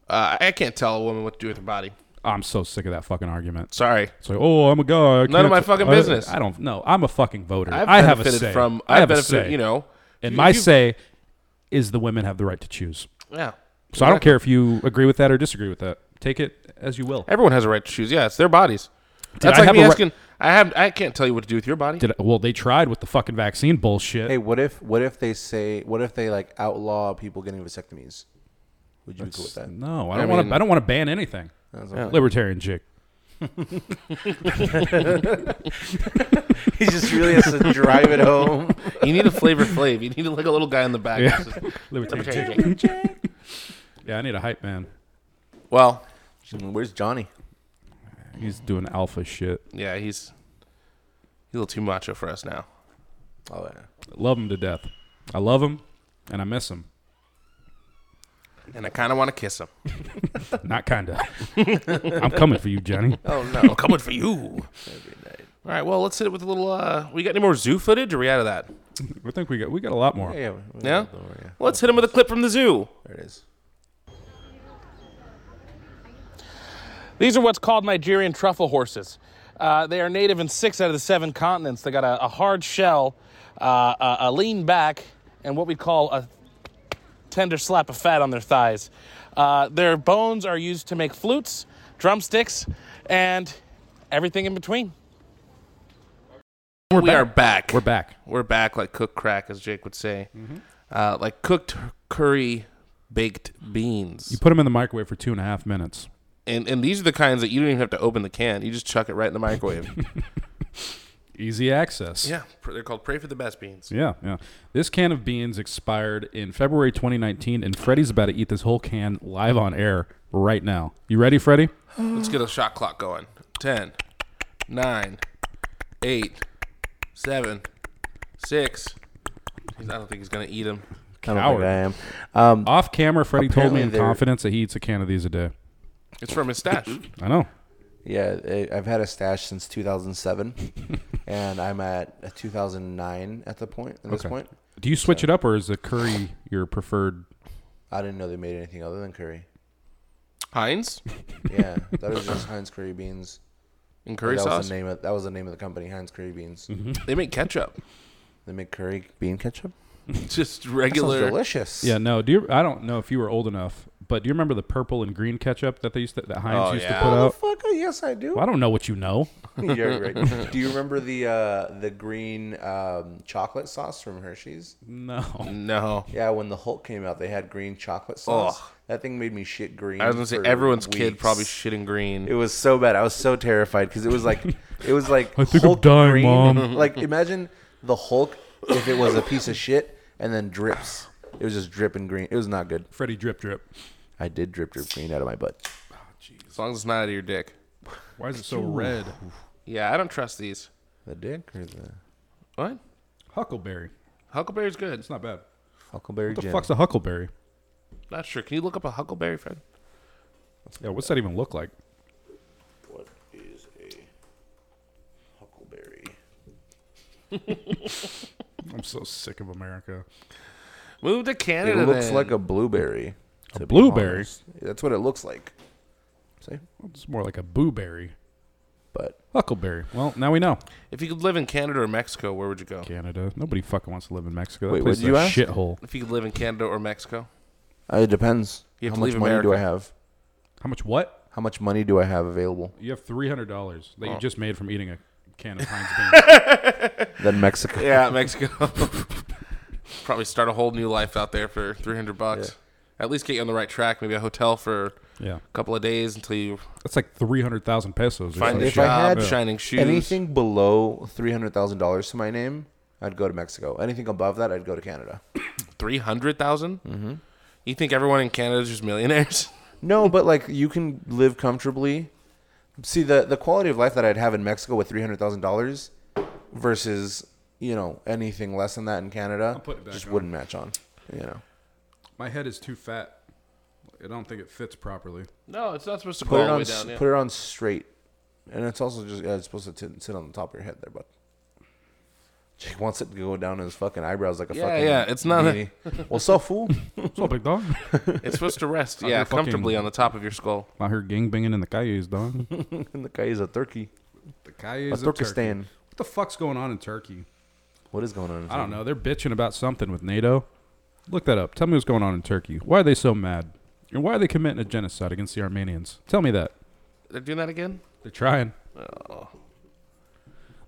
uh, I can't tell a woman what to do with her body. I'm so sick of that fucking argument. Sorry, It's like, oh, I'm a guy. None I of can't- my fucking I- business. I don't know. I'm a fucking voter. I've I have a benefited say. from. I I've have a benefited, say. you know. and You- my you- say is the women have the right to choose. Yeah. So I don't care if you agree with that or disagree with that. Take it as you will. Everyone has a right to choose. Yeah, it's their bodies. That's I like have me a ri- asking. I have. I can't tell you what to do with your body. Did I, well, they tried with the fucking vaccine bullshit. hey, what if what if they say what if they like outlaw people getting vasectomies? Would you be cool with that? no, I don't I want mean- to. I don't want to ban anything. Libertarian chick. he just really has to drive it home. you need a flavor flav. You need like a little guy in the back. Yeah. It's just- Libertarian chick. Libertarian. Yeah, I need a hype man. well, Where's Johnny? He's doing alpha shit. yeah, he's he's a little too macho for us now. Oh yeah. Love him to death. I love him, and I miss him. And I kind of want to kiss him. Not kinda. I'm coming for you, Johnny. Oh no. I'm coming for you. All right, well, let's hit it with a little. uh We got any more zoo footage? Or are we out of that? I think we got we got a lot more. Oh, yeah. we- Yeah? don't worry, yeah. Let's hit him with a clip from the zoo. There it is. These are what's called Nigerian truffle horses. Uh, they are native in six out of the seven continents. They got a, a hard shell, uh, a, a lean back, and what we call a tender slap of fat on their thighs. Uh, their bones are used to make flutes, drumsticks, and everything in between. We're back. We're back. We're back like cooked crack, as Jake would say. Mm-hmm. Uh, like cooked curry, baked beans. You put him in the microwave for two and a half minutes. and and these are the kinds that you don't even have to open the can. You just chuck it right in the microwave. Easy access. yeah, pr- they're called pray for the best beans. Yeah, yeah. This can of beans expired in February 2019, and Freddie's about to eat this whole can live on air right now. You ready, Freddie? Let's get a shot clock going. Ten, nine, eight, seven, six. He's- I don't think he's gonna eat them. I don't Coward. think I am. Um, Off camera, Freddie told me Apparently in they're- confidence that he eats a can of these a day. It's from his stash. I know. yeah, I- I've had a stash since 2007, and I'm at a 2009 at the point. At this Okay. point, Do you switch it up, or is the curry your preferred? I didn't know they made anything other than curry. Heinz Yeah, that was just Heinz curry beans. and curry that was sauce. Mm-hmm. the name of that was the name of the company, Heinz Curry Beans. They make ketchup. They make curry bean ketchup. Just That sounds regular. delicious. Yeah, no. Do you? I don't know if you were old enough, but do you remember the purple and green ketchup that they used to, that Heinz Oh, used yeah. to put out? Motherfucker, yes I do. Well, I don't know what you know. You're right. Do you remember the uh, the green um, chocolate sauce from Hershey's? No. No. Yeah, when the Hulk came out, they had green chocolate sauce. Ugh. That thing made me shit green. I was gonna say for everyone's kid weeks. probably shitting green. It was so bad. I was so terrified because it was like it was like I think I'm dying, Mom. Like imagine the Hulk if it was a piece of shit and then drips. It was just dripping green. It was not good. Freddie drip drip. I did drip drip green out of my butt. As long as it's not out of your dick. Why is it so red? Yeah, I don't trust these. The dick or the What? Huckleberry. Huckleberry's good. It's not bad. Huckleberry What the Jim? fuck's a huckleberry? Not sure. Can you look up a huckleberry, Fred? Yeah, what's that even look like? What is a huckleberry? I'm so sick of America. Move to it Canada. looks then. like a blueberry. to be blueberry? honest. That's what it looks like. See, It's more like a booberry. but Huckleberry. Well, now we know. If you could live in Canada or Mexico, where would you go? Canada. Nobody fucking wants to live in Mexico. That Wait, place what'd is you a ask? shithole. If you could live in Canada or Mexico, uh, it depends. You have How to much leave money do I America. have? How much what? How much money do I have available? You have three hundred dollars that Oh. you just made from eating a can of Heinz beans. Then Mexico. yeah, Mexico. Probably start a whole new life out there for three hundred bucks. At least get you on the right track. Maybe a hotel for yeah. a couple of days until you That's like three hundred thousand pesos. or find something. a If I job. had shining shoes. Anything below three hundred thousand dollars to my name, I'd go to Mexico. Anything above that, I'd go to Canada. Three hundred thousand. Mm-hmm. You think everyone in Canada is just millionaires? No, but like you can live comfortably. See the the quality of life that I'd have in Mexico with three hundred thousand dollars versus you know anything less than that in Canada put it back just on. wouldn't match on. You know, My head is too fat. I don't think it fits properly. No, it's not supposed to put it on s- put it on straight, and it's also just yeah, it's supposed to t- sit on the top of your head there, but. Jake wants it to go down his fucking eyebrows like a Yeah, fucking yeah, it's not a- beanie. well, so fool. What's up, big dog? it's supposed to rest, you're yeah, fucking- comfortably on the top of your skull. I heard gang banging in the Cayuse, dog. and the guy is a turkey. The Cayuse. A of Turkey. Turkestan. What the fuck's going on in Turkey? What is going on? in I don't Turkey? know. They're bitching about something with NATO. Look that up. Tell me what's going on in Turkey. Why are they so mad? And why are they committing a genocide against the Armenians? Tell me that. They're doing that again. They're trying.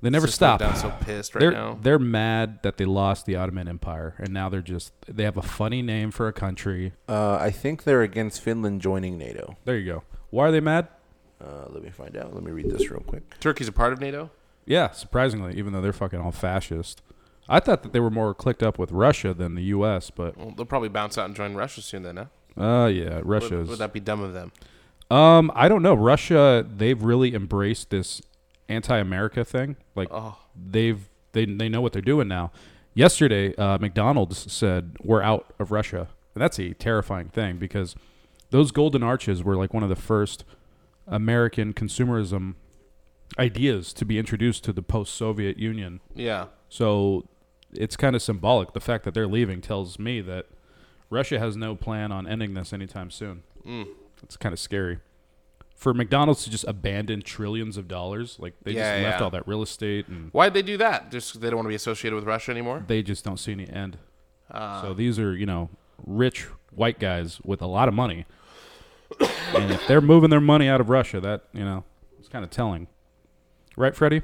They never stop. Down so pissed right they're now. they're mad that they lost the Ottoman Empire and now they're just they have a funny name for a country. Uh, I think they're against Finland joining NATO. There you go. Why are they mad? Uh, let me find out. Let me read this real quick. Turkey's a part of NATO. Yeah, surprisingly, even though they're fucking all fascist. I thought that they were more clicked up with Russia than the U.S., but Well, they'll probably bounce out and join Russia soon, then, huh? uh yeah, Would, Russia's. would that be dumb of them? Um, I don't know. Russia, they've really embraced this anti-America thing. Like they've they they know what they're doing now. Yesterday, uh, McDonald's said we're out of Russia, and that's a terrifying thing because those golden arches were like one of the first American consumerism ideas to be introduced to the post-Soviet Union. Yeah. So it's kind of symbolic. The fact that they're leaving tells me that Russia has no plan on ending this anytime soon. Mm. It's kind of scary. For McDonald's to just abandon trillions of dollars, like they Yeah, just left yeah. all that real estate and Why'd they do that? Just 'cause they don't want to be associated with Russia anymore? they just don't see any end. Uh. so these are, you know, rich white guys with a lot of money. and if they're moving their money out of Russia, that, you know, it's kind of telling. Right, Freddie?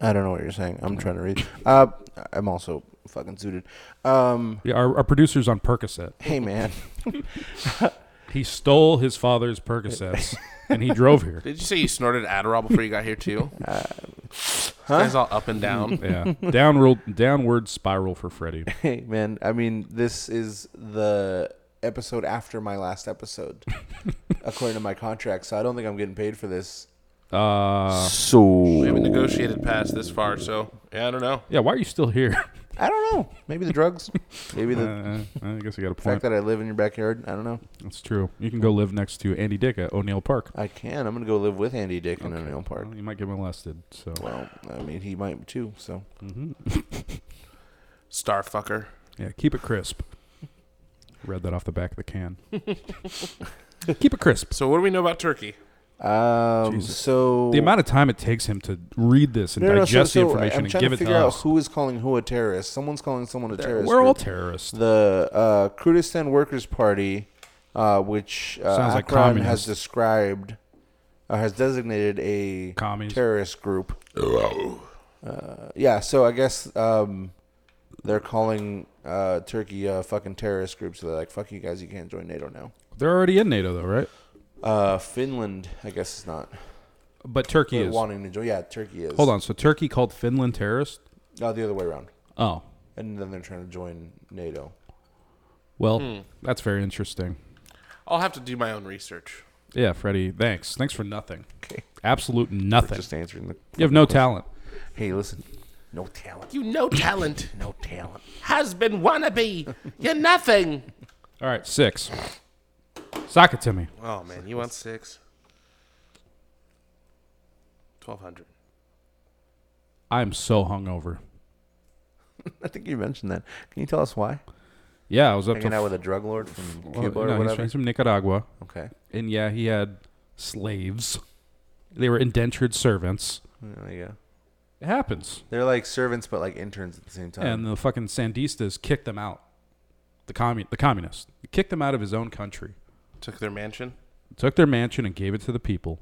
I don't know what you're saying. I'm trying to read. Uh, I'm also fucking suited. Um, Yeah, our, our producer's on Percocet. hey man, He stole his father's Percocets and he drove here. Did you say you snorted Adderall before you got here too? Uh, Guys all up and down. Yeah, downward downward spiral for Freddy. hey man. I mean, this is the episode after my last episode, according to my contract. So I don't think I'm getting paid for this. Uh, we So haven't negotiated past this far, so yeah, I don't know. yeah, why are you still here? I don't know. Maybe the drugs. Maybe the Uh, I guess you got a fact point. that I live in your backyard. I don't know. That's true. You can go live next to Andy Dick at O'Neill Park. I can. I'm gonna go live with Andy Dick in O'Neill Park. Well, you might get molested. So Well, I mean, he might too. So Starfucker. yeah, keep it crisp. Read that off the back of the can. keep it crisp. So what do we know about Turkey? Um, Jesus. so The amount of time it takes him to read this and digest the information I'm and trying give to it to figure out us. who is calling who a terrorist. Someone's calling someone a terrorist. We're all group. terrorists. the uh, Kurdistan Workers Party, uh, which uh, Sounds like Akron has communist. described, uh, has designated a Commies. terrorist group. Uh, yeah, so I guess um, they're calling uh, Turkey a fucking terrorist group. So they're like, "Fuck you guys, you can't join NATO now." They're already in NATO though, right? Uh, Finland, I guess, is not. but Turkey But is. wanting to join. Yeah, Turkey is. Hold on. So Turkey called Finland terrorist. No, the other way around. Oh, And then they're trying to join NATO. well, Hmm. that's very interesting. I'll have to do my own research. Yeah, Freddie. Thanks. Thanks for nothing. Okay. Absolute nothing. Just answering the. You have no talent. Hey, listen. No talent. You no talent. No talent. Husband wannabe. You're nothing. All right, six. Sock it to me. Oh man, you want six? Twelve hundred. I'm so hungover. I think you mentioned that. Can you tell us why? Yeah, I was up Hanging to out with a drug lord from well, Cuba or no, he's whatever. from- he's from Nicaragua, Okay. and yeah, he had slaves. They were indentured servants. There you go. It happens. They're like servants, but like interns at the same time. and the fucking Sandistas kicked them out. The commun the communists kicked them out of his own country, Took their mansion. took their mansion and gave it to the people.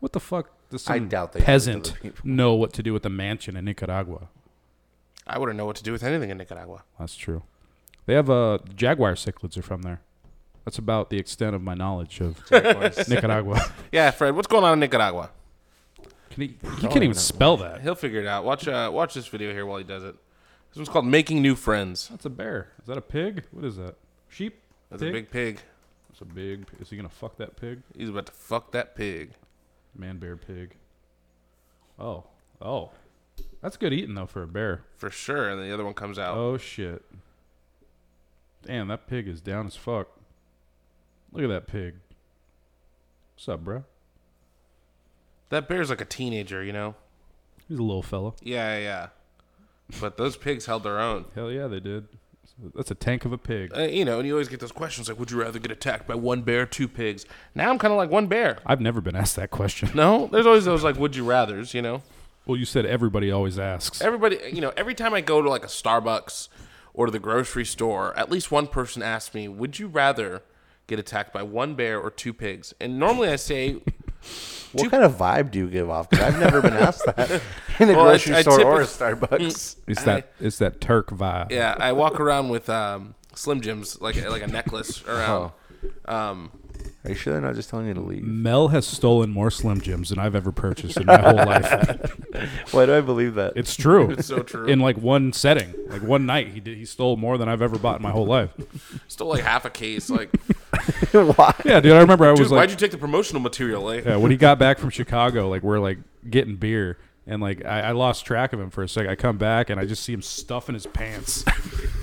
What the fuck does some I doubt they gave it to peasant the people. know what to do with the mansion in Nicaragua? I wouldn't know what to do with anything in Nicaragua. That's true. They have uh, jaguar cichlids are from there. That's about the extent of my knowledge of Nicaragua. Yeah, Fred, what's going on in Nicaragua? Can he, he can't even spell that. He'll figure it out. Watch uh, watch this video here while he does it. This one's called Making New Friends. That's a bear. Is that a pig? What is that? Sheep? That's a big pig. That's a big. Is he gonna fuck that pig? He's about to fuck that pig. Man, bear, pig. Oh, oh, that's good eating though for a bear. For sure. And then the other one comes out. Oh shit. Damn, that pig is down as fuck. Look at that pig. What's up, bro? That bear's like a teenager, you know? He's a little fella. Yeah, yeah, yeah. But those pigs held their own. Hell yeah, they did. That's a tank of a pig. Uh, you know, and you always get those questions like, would you rather get attacked by one bear or two pigs? Now I'm kind of like one bear. I've never been asked that question. No, there's always those like, would you rather's, you know? Well, you said everybody always asks. Everybody, you know, every time I go to like a Starbucks or to the grocery store, at least one person asks me, would you rather get attacked by one bear or two pigs? And normally I say, what kind of vibe do you give off? 'Cause I've never been asked that in a Well, I- grocery I store typi- or a Starbucks. It's that it's that Turk vibe. yeah, I walk around with um, Slim Jims, like, like a necklace around. Um, Are you sure they're not just telling you to leave? Mel has stolen more Slim Jims than I've ever purchased in my whole life. Why do I believe that? It's true. It's so true. In like one setting, like one night, he did, he stole more than I've ever bought in my whole life. stole like half a case. Like, why? Yeah, dude. I remember I was dude, like, why'd you take the promotional material? Like, Yeah, when he got back from Chicago, like we're like getting beer, and like I, I lost track of him for a second. I come back and I just see him stuffing his pants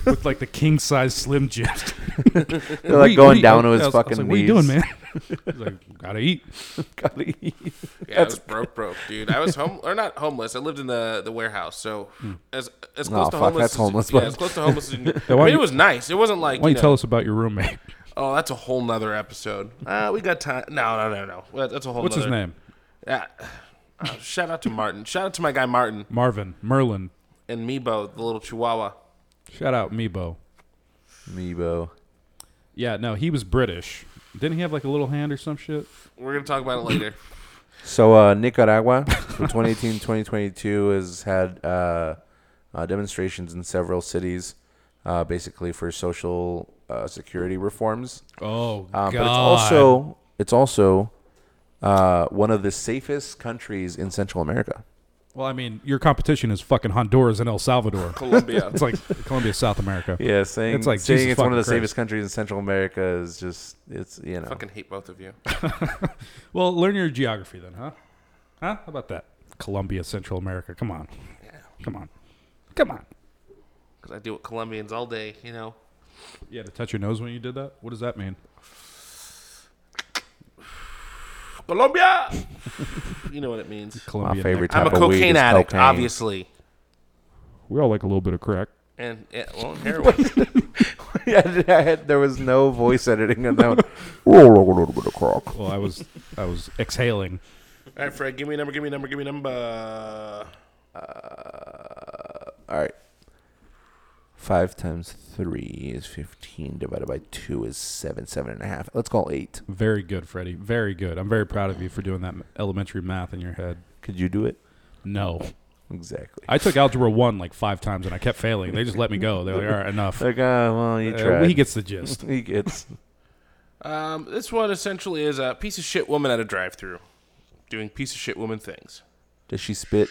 with like the king size Slim Jim. They're like going down to his fucking like, knees. What are you doing, man? He's like, gotta eat. Yeah, I was broke, broke, dude. I was home or not homeless. I lived in the, the warehouse, so Hmm. as as close Oh, to fuck, homeless, that's as, homeless, Yeah, bud. as close to homeless. As you can, I why mean, you- it was nice. It wasn't like Why don't you you tell know, us about your roommate? oh, that's a whole nother episode. Uh, we got time. No, no, no, no. That- That's a whole. What's his nother- name? Yeah. Uh, shout out to Martin. Shout out to my guy Martin Marvin Merlin. and Mebo, the little Chihuahua. Shout out Mebo. Mebo. Yeah, no, he was British. Didn't he have like a little hand or some shit? We're gonna talk about it later. So uh, Nicaragua from 2018 2022 has had uh, uh, demonstrations in several cities, uh, basically for social uh, security reforms. Oh Um, god. but it's also it's also uh, one of the safest countries in Central America. well, I mean, your competition is fucking Honduras and El Salvador. Colombia. It's like Colombia, South America. Yeah, saying It's like, saying Jesus it's one of the fucking safest countries in Central America is just it's you know Fucking hate both of you. Well, learn your geography then, huh? Huh? How about that? Colombia, Central America. Come on. Come on. Come on. Because I deal with Colombians all day. You know. You had to touch your nose when you did that? What does that mean? Colombia. you know what it means. my Colombia. favorite type I'm a of weed cocaine is addict, cocaine. obviously. We all like a little bit of crack. And yeah, well, heroin. I had- there was no voice editing in that one. Well, I was I was exhaling. All right, Fred, give me a number, give me a number, give me a number. All right. Five times three is fifteen. Divided by two is seven. Seven and a half. Let's call eight. Very good, Freddie. Very good. I'm very proud of you for doing that elementary math in your head. Could you do it? No. Exactly. I took algebra 1 like 5 times and I kept failing. They just let me go. They're like, "All right, enough." Like, uh, well, you Uh, tried. he gets the gist. He gets. Um, this one essentially is a piece of shit woman at a drive-through. doing piece of shit woman things. Does she spit?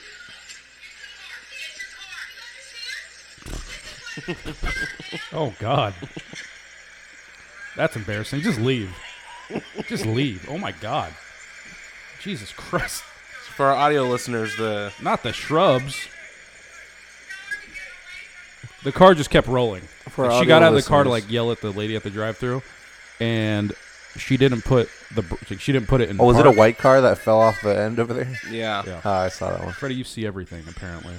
Oh God, that's embarrassing. Just leave. Just leave. Oh my God, Jesus Christ! For our audio listeners, the Not the shrubs. The car just kept rolling. For Like, she audio got out of the car to listeners. like yell at the lady at the drive-through, and she didn't put the br- like, she didn't put it in. Oh, was it a park. white car that fell off the end over there? yeah, Yeah. Ah, I saw that one. Freddie, you see everything apparently.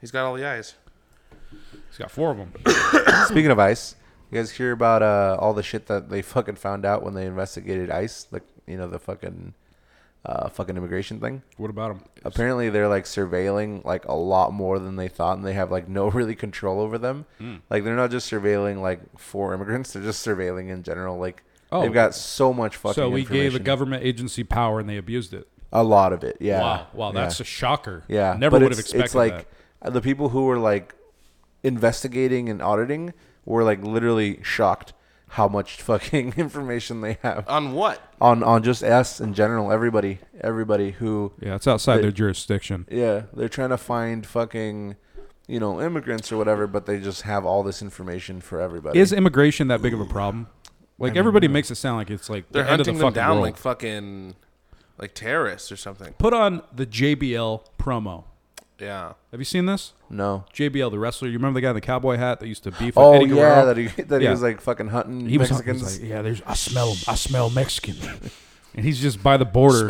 he's got all the eyes. He's got four of them. Speaking of ice, you guys hear about uh, all the shit that they fucking found out when they investigated ICE, like you know the fucking uh, fucking immigration thing. What about him? Apparently, they're like surveilling like a lot more than they thought, and they have like no really control over them. Hmm. Like they're not just surveilling like for immigrants; they're just surveilling in general. Like Oh. they've got so much fucking. So we gave a information. government agency power and they abused it. a lot of it. Yeah. Wow, wow, Yeah. that's a shocker. Yeah, never but would have it's- expected It's like uh, that. the people who were like investigating and auditing were like literally shocked how much fucking information they have Uh, On what? on on just us in general. Everybody, everybody who Yeah, it's outside They- their jurisdiction. yeah, they're trying to find fucking you know immigrants or whatever, but they just have all this information for everybody. Is immigration that big of a problem? Like everybody makes it sound like it's like They're the end of the hunting them fucking down world. like fucking like terrorists or something. Put on the JBL promo. Yeah. Have you seen this? no. JBL, the wrestler. You remember the guy in the cowboy hat that used to beef? Oh with Eddie yeah, Guerrero? that he that Yeah. he was like fucking hunting he was, he Mexicans. was like, yeah. There's I smell 'em. I smell Mexican. And he's just by the border,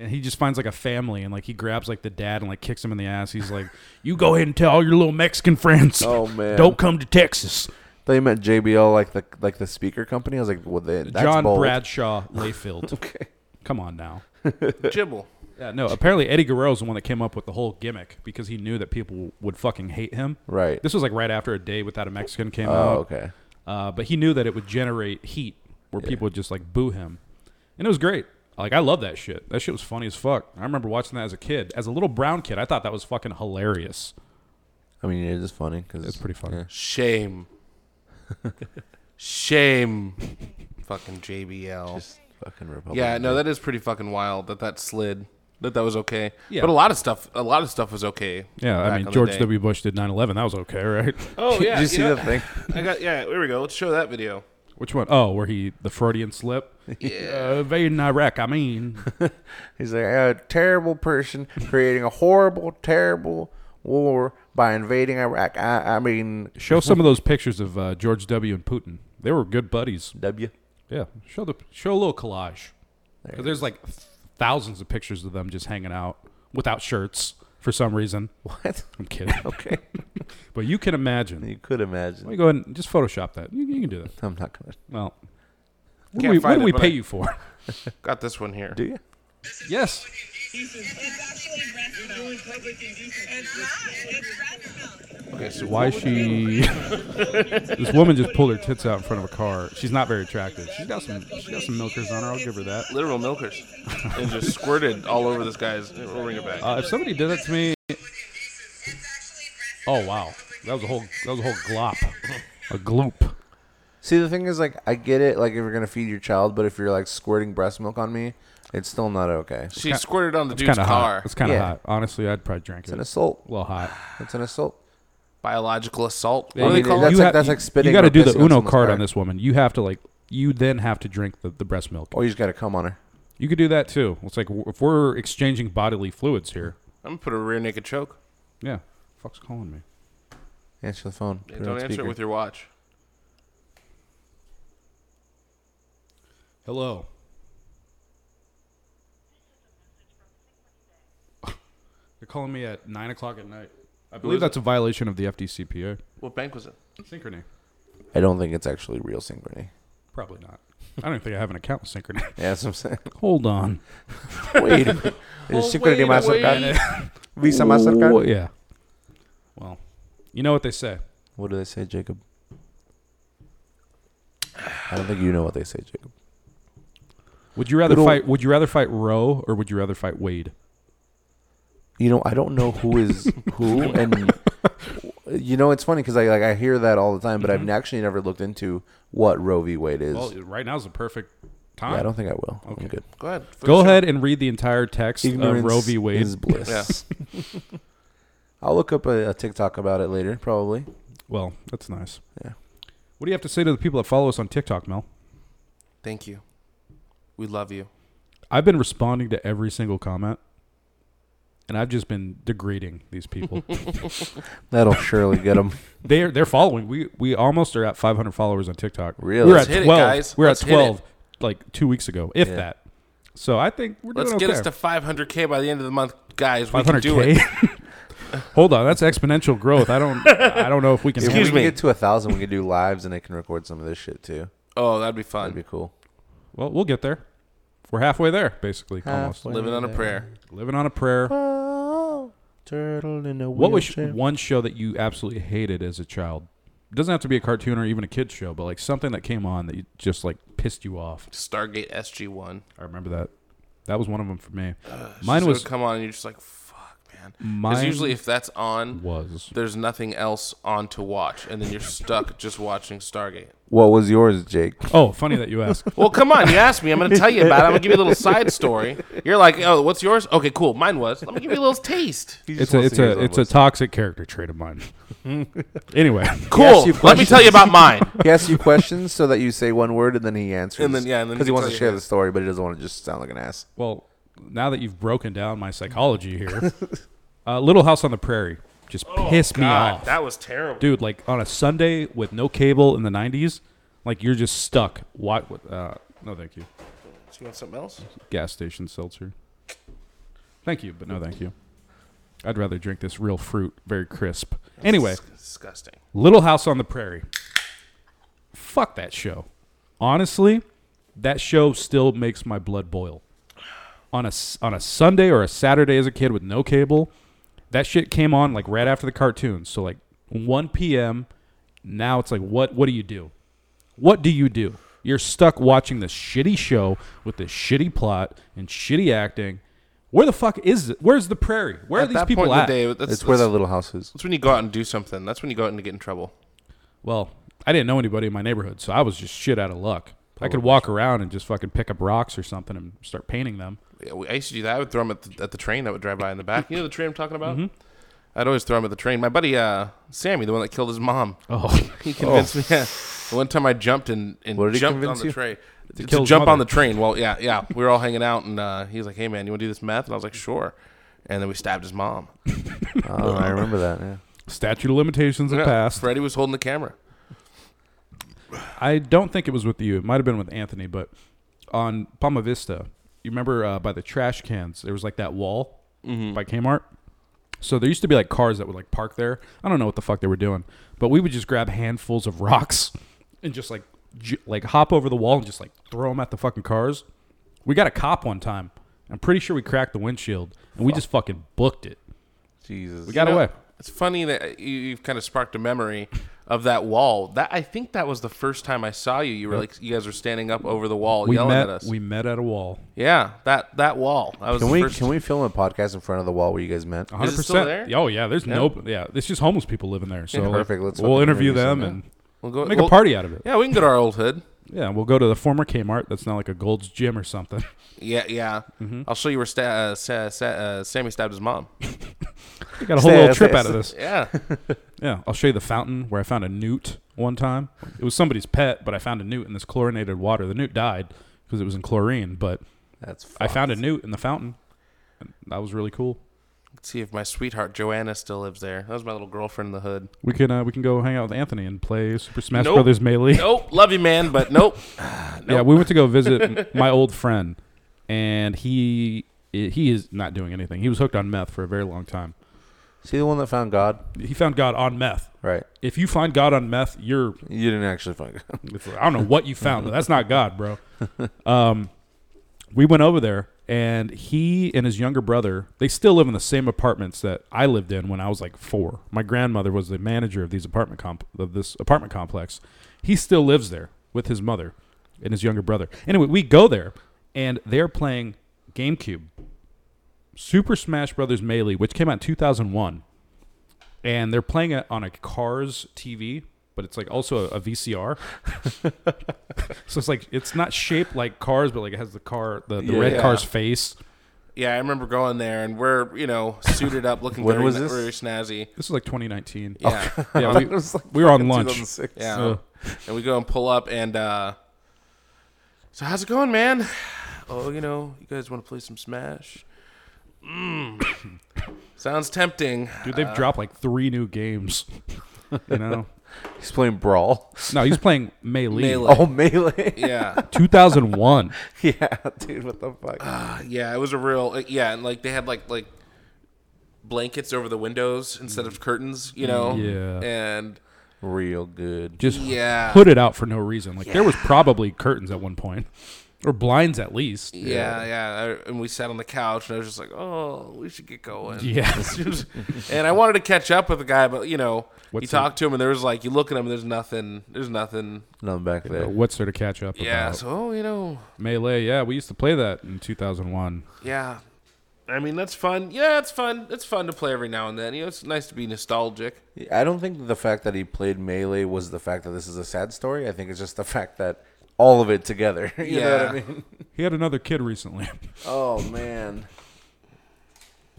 and he just finds like a family, and like he grabs like the dad and like kicks him in the ass. He's like, "You go ahead and tell all your little Mexican friends, Oh, man. don't come to Texas." they meant JBL like the like the speaker company. I was like, well, they, that's John bold. Bradshaw Layfield. Okay. Come on now. Jibble. Yeah, no. Apparently, Eddie Guerrero's the one that came up with the whole gimmick because he knew that people would fucking hate him. Right. This was like right after a day without a Mexican came out. Oh, okay. Uh, but he knew that it would generate heat where people would just like boo him, and it was great. Like I love that shit. That shit was funny as fuck. I remember watching that as a kid, as a little brown kid. I thought that was fucking hilarious. I mean, it is funny because It's pretty funny. Shame. Shame. fucking JBL. fucking Republican. yeah, no, that is pretty fucking wild that that slid. That that was okay. Yeah. But a lot of stuff, a lot of stuff was okay. Yeah, back I in the mean George day. W. Bush did 9/11. That was okay, right? Oh yeah, Did you see know- that thing? I got yeah. Here we go. Let's show that video. Which one? Oh, where he the Freudian slip. Yeah, uh, invading Iraq. I mean, He's like a terrible person creating a horrible, terrible war by invading Iraq. I, I mean, Show some of those pictures of uh, George W. and Putin. They were good buddies. W. Yeah, show the show a little collage. 'Cause there's like thousands of pictures of them just hanging out without shirts for some reason. What? I'm kidding, Okay. but you can imagine. Let you could imagine. me go ahead and just Photoshop that. You, you can do that. I'm not gonna. Well, what do Can't we, what find do it, we but pay I- you for? Got this one here. Do you? yes, Okay, so why she this woman just pulled her tits out in front of a car she's not very attractive she's got some she's got some milkers on her i'll give her that literal milkers and just squirted all over this guy's. We'll bring it back. uh, if somebody did that to me oh wow that was a whole that was a whole glop a gloop See, the thing is, like, I get it. Like, if you're gonna feed your child, but if you're like squirting breast milk on me, it's still not okay. It's she squirted on the it's dude's kind of car. hot it's kind of Yeah. hot honestly i'd probably drink an it assault. a little hot It's an assault. Biological assault. I What do they mean, call that's it? you like- have- that's like you- spitting you gotta or do the pissing on uno someone's card car. on this woman you have to like you then have to drink the, the breast milk Or Oh, you just gotta come on her. you could do that too it's like w- if we're exchanging bodily fluids here I'm gonna put a rear naked choke. yeah fuck's calling me Answer the phone. Put Yeah, her on don't answer speaker. it with your watch. Hello. They're calling me at nine o'clock at night. I believe is that's a violation of the FDCPA. What bank was it? Synchrony. I don't think it's actually real synchrony. Probably not. I don't think I have an account with Synchrony. Yeah, that's what I'm saying. Hold on. Wait. Is it synchrony wait a Mastercard? Visa Mastercard? Oh, yeah. Well, you know what they say. What do they say, Jacob? I don't think you know what they say, Jacob. Would you rather Good old- fight? Would you rather fight Roe or would you rather fight Wade? You know, I don't know who is who, and you know, it's funny because I like I Mm-hmm. hear that all the time, but I've actually never looked into what Roe v. Wade is. Well, right now is the perfect time. Yeah, I don't think I will. Okay. I'm good. Go ahead. Go ahead and read the entire text Uh, of Roe v. Wade. is bliss. I'll look up a, a TikTok about it later, probably. well, that's nice. Yeah. What do you have to say to the people that follow us on TikTok, Mel? Thank you. We love you. I've been responding to every single comment, and I've just been degrading these people. That'll surely get them. they're they're following. We we almost are at 500 followers on TikTok. Really? We're Let's at hit it, 12. guys. We're Let's at hit it. 12 like two weeks ago, if Yeah. that. So I think we're doing Let's okay. get us to 500k by the end of the month, guys. We can do 500k. it. Hold on, that's exponential growth. I don't I don't know if we can. If handle Excuse we me. can get to a thousand, we can do lives, and I can record some of this shit too. Oh, that'd be fun. That'd be cool. it. Well, we'll get there. We're halfway there, basically. Almost Living on a prayer. living on a prayer. Oh, Turtle in a What was one show that you absolutely hated as a child? It doesn't have to be a cartoon or even a kids show, but like something that came on that you just like pissed you off. Stargate SG One. I remember that. That was one of them for me. Mine was come on, and you're just like, fuck, man. Because Mine- usually if that's on, was there's nothing else on to watch, and then you're stuck just watching Stargate. What was yours, Jake? oh funny that you asked. Well, come on, you asked me. I'm going to tell you about it. I'm going to give you a little side story. You're like, oh, what's yours? Okay, cool. Mine was. Let me give you a little taste. it's a it's a it's a toxic character trait of mine. anyway, Cool. you Let me tell you about mine. He asks you questions so that you say one word and then he answers. And then- yeah, and then because he he wants to tells share you- the story, but he doesn't want to just sound like an ass. well now that you've broken down my psychology here, uh, Little House on the Prairie just pissed me off. that was terrible. dude like on a sunday with no cable in the 90s like you're just stuck what uh no thank you Do you want something else? gas station seltzer thank you but no thank you i'd rather drink this real fruit very crisp anyway Disgusting. little house on the prairie fuck that show honestly that show still makes my blood boil on a s- on a sunday or a saturday as a kid with no cable that shit came on like right after the cartoons. So like 1 p.m. Now it's like what what do you do? What do you do? You're stuck watching this shitty show with this shitty plot and shitty acting. Where the fuck is it? Where's the prairie? Where are At these that people point in at? the day, that's, It's where that that's, little house is. that's when you go out and do something. That's when you go out and get in trouble. Well, I didn't know anybody in my neighborhood, so I was just shit out of luck. I could walk around and just fucking pick up rocks or something and start painting them. Yeah, we- I used to do that. I would throw them at the, at the train that would drive by in the back. You know the train I'm talking about? Mm-hmm. I'd always throw them at the train. My buddy uh, Sammy, the one that killed his mom, Oh, he convinced me. Yeah. The one time I jumped and, and What did he jumped on convince the you? train. To, kill his jump on mother. the train. Well, yeah, yeah. We were all hanging out, and uh, he was like, hey, man, you want to do this meth? And I was like, sure. And then we stabbed his mom. Oh, I remember that. Yeah. statute of limitations have Yeah, passed. Freddie was holding the camera. I don't think it was with you. It might have been with Anthony, but on Palma Vista, you remember uh, by the trash cans, there was like that wall Mm-hmm. by Kmart. So there used to be like cars that would like park there. I don't know what the fuck they were doing, but we would just grab handfuls of rocks and just like j- like hop over the wall and just like throw them at the fucking cars. We got a cop one time. I'm pretty sure we cracked the windshield and we just fucking booked it. Jesus. We got You know, away. It's funny that you, you've kind of sparked a memory of that wall. That I think that was the first time I saw you. You were like, you guys were standing up over the wall, We yelling met at us. we met at a wall. Yeah, that that wall. That was Can the we first. can we film a podcast in front of the wall where you guys met? 100%. Is it still there? Oh yeah, there's no yeah, it's just homeless people living there. So like, Perfect, let's we'll fucking interview interview some them of and We'll go make we'll- a party out of it. Yeah, we can go to our old hood. Yeah, we'll go to the former Kmart that's now like a Gold's Gym or something. Yeah, yeah. Mm-hmm. I'll show you where sta- uh, sa- sa- uh, Sammy stabbed his mom. We got a whole Yeah, little trip it's- out of this. Yeah, Yeah, I'll show you the fountain where I found a newt one time. It was somebody's pet, but I found a newt in this chlorinated water. The newt died because it was in chlorine, but That's. I Fucked. found a newt in the fountain. And that was really cool. Let's see if my sweetheart Joanna still lives there. That was my little girlfriend in the hood. We can uh, we can go hang out with Anthony and play Super Smash Nope. Brothers Melee. Nope, love you, man, but nope. Yeah, we went to go visit m- my old friend, and he he is not doing anything. He was hooked on meth for a very long time. See the one that found God. He found God on meth. Right. If you find God on meth, you're You didn't actually find God. it's- I don't know what you found, but that's not God, bro. Um, we went over there, and he and his younger brother they still live in the same apartments that I lived in when I was like four. My grandmother was the manager of these apartment comp of this apartment complex. He still lives there with his mother and his younger brother. Anyway, we go there, and they're playing GameCube, Super Smash Brothers Melee, which came out in two thousand one and they're playing it on a Cars TV but it's like also a, a VCR. so it's like it's not shaped like cars, but like it has the car, the, the red Yeah. car's face. Yeah, I remember going there, and we're you know suited up, looking When very, was na- this? very snazzy. This is like 2019. Yeah, yeah, we, It was like we were on fucking lunch. 2006. yeah. So- And we go and pull up, and uh, so how's it going, man? Oh, you know, you guys want to play some Smash? Mm. Sounds tempting. Dude, they've dropped like three new games. you know? He's playing Brawl. No, he's playing Melee. Melee. Oh, Melee. Yeah, 2001. yeah, dude, what the fuck? yeah, it was a real uh, yeah, and like they had like like blankets over the windows instead of curtains, you know. Mm, Yeah. and Real good. Just Yeah. hooded out for no reason. Like there was probably curtains at one point, or blinds at least. yeah, yeah, I- and we sat on the couch, and I was just like, oh, we should get going. Yeah. and I wanted to catch up with the guy, but you know, What's you talk to him and there was like you look at him and there's nothing, there's nothing. Nothing back there. What's there to catch up Yeah, about? so oh, you know, Melee, yeah, we used to play that in 2001. yeah. I mean, that's fun. Yeah, it's fun. It's fun to play every now and then. You know, it's nice to be nostalgic. I don't think the fact that he played Melee was the fact that this is a sad story. I think it's just the fact that all of it together. you know what I Yeah. mean? He had another kid recently. Oh, man.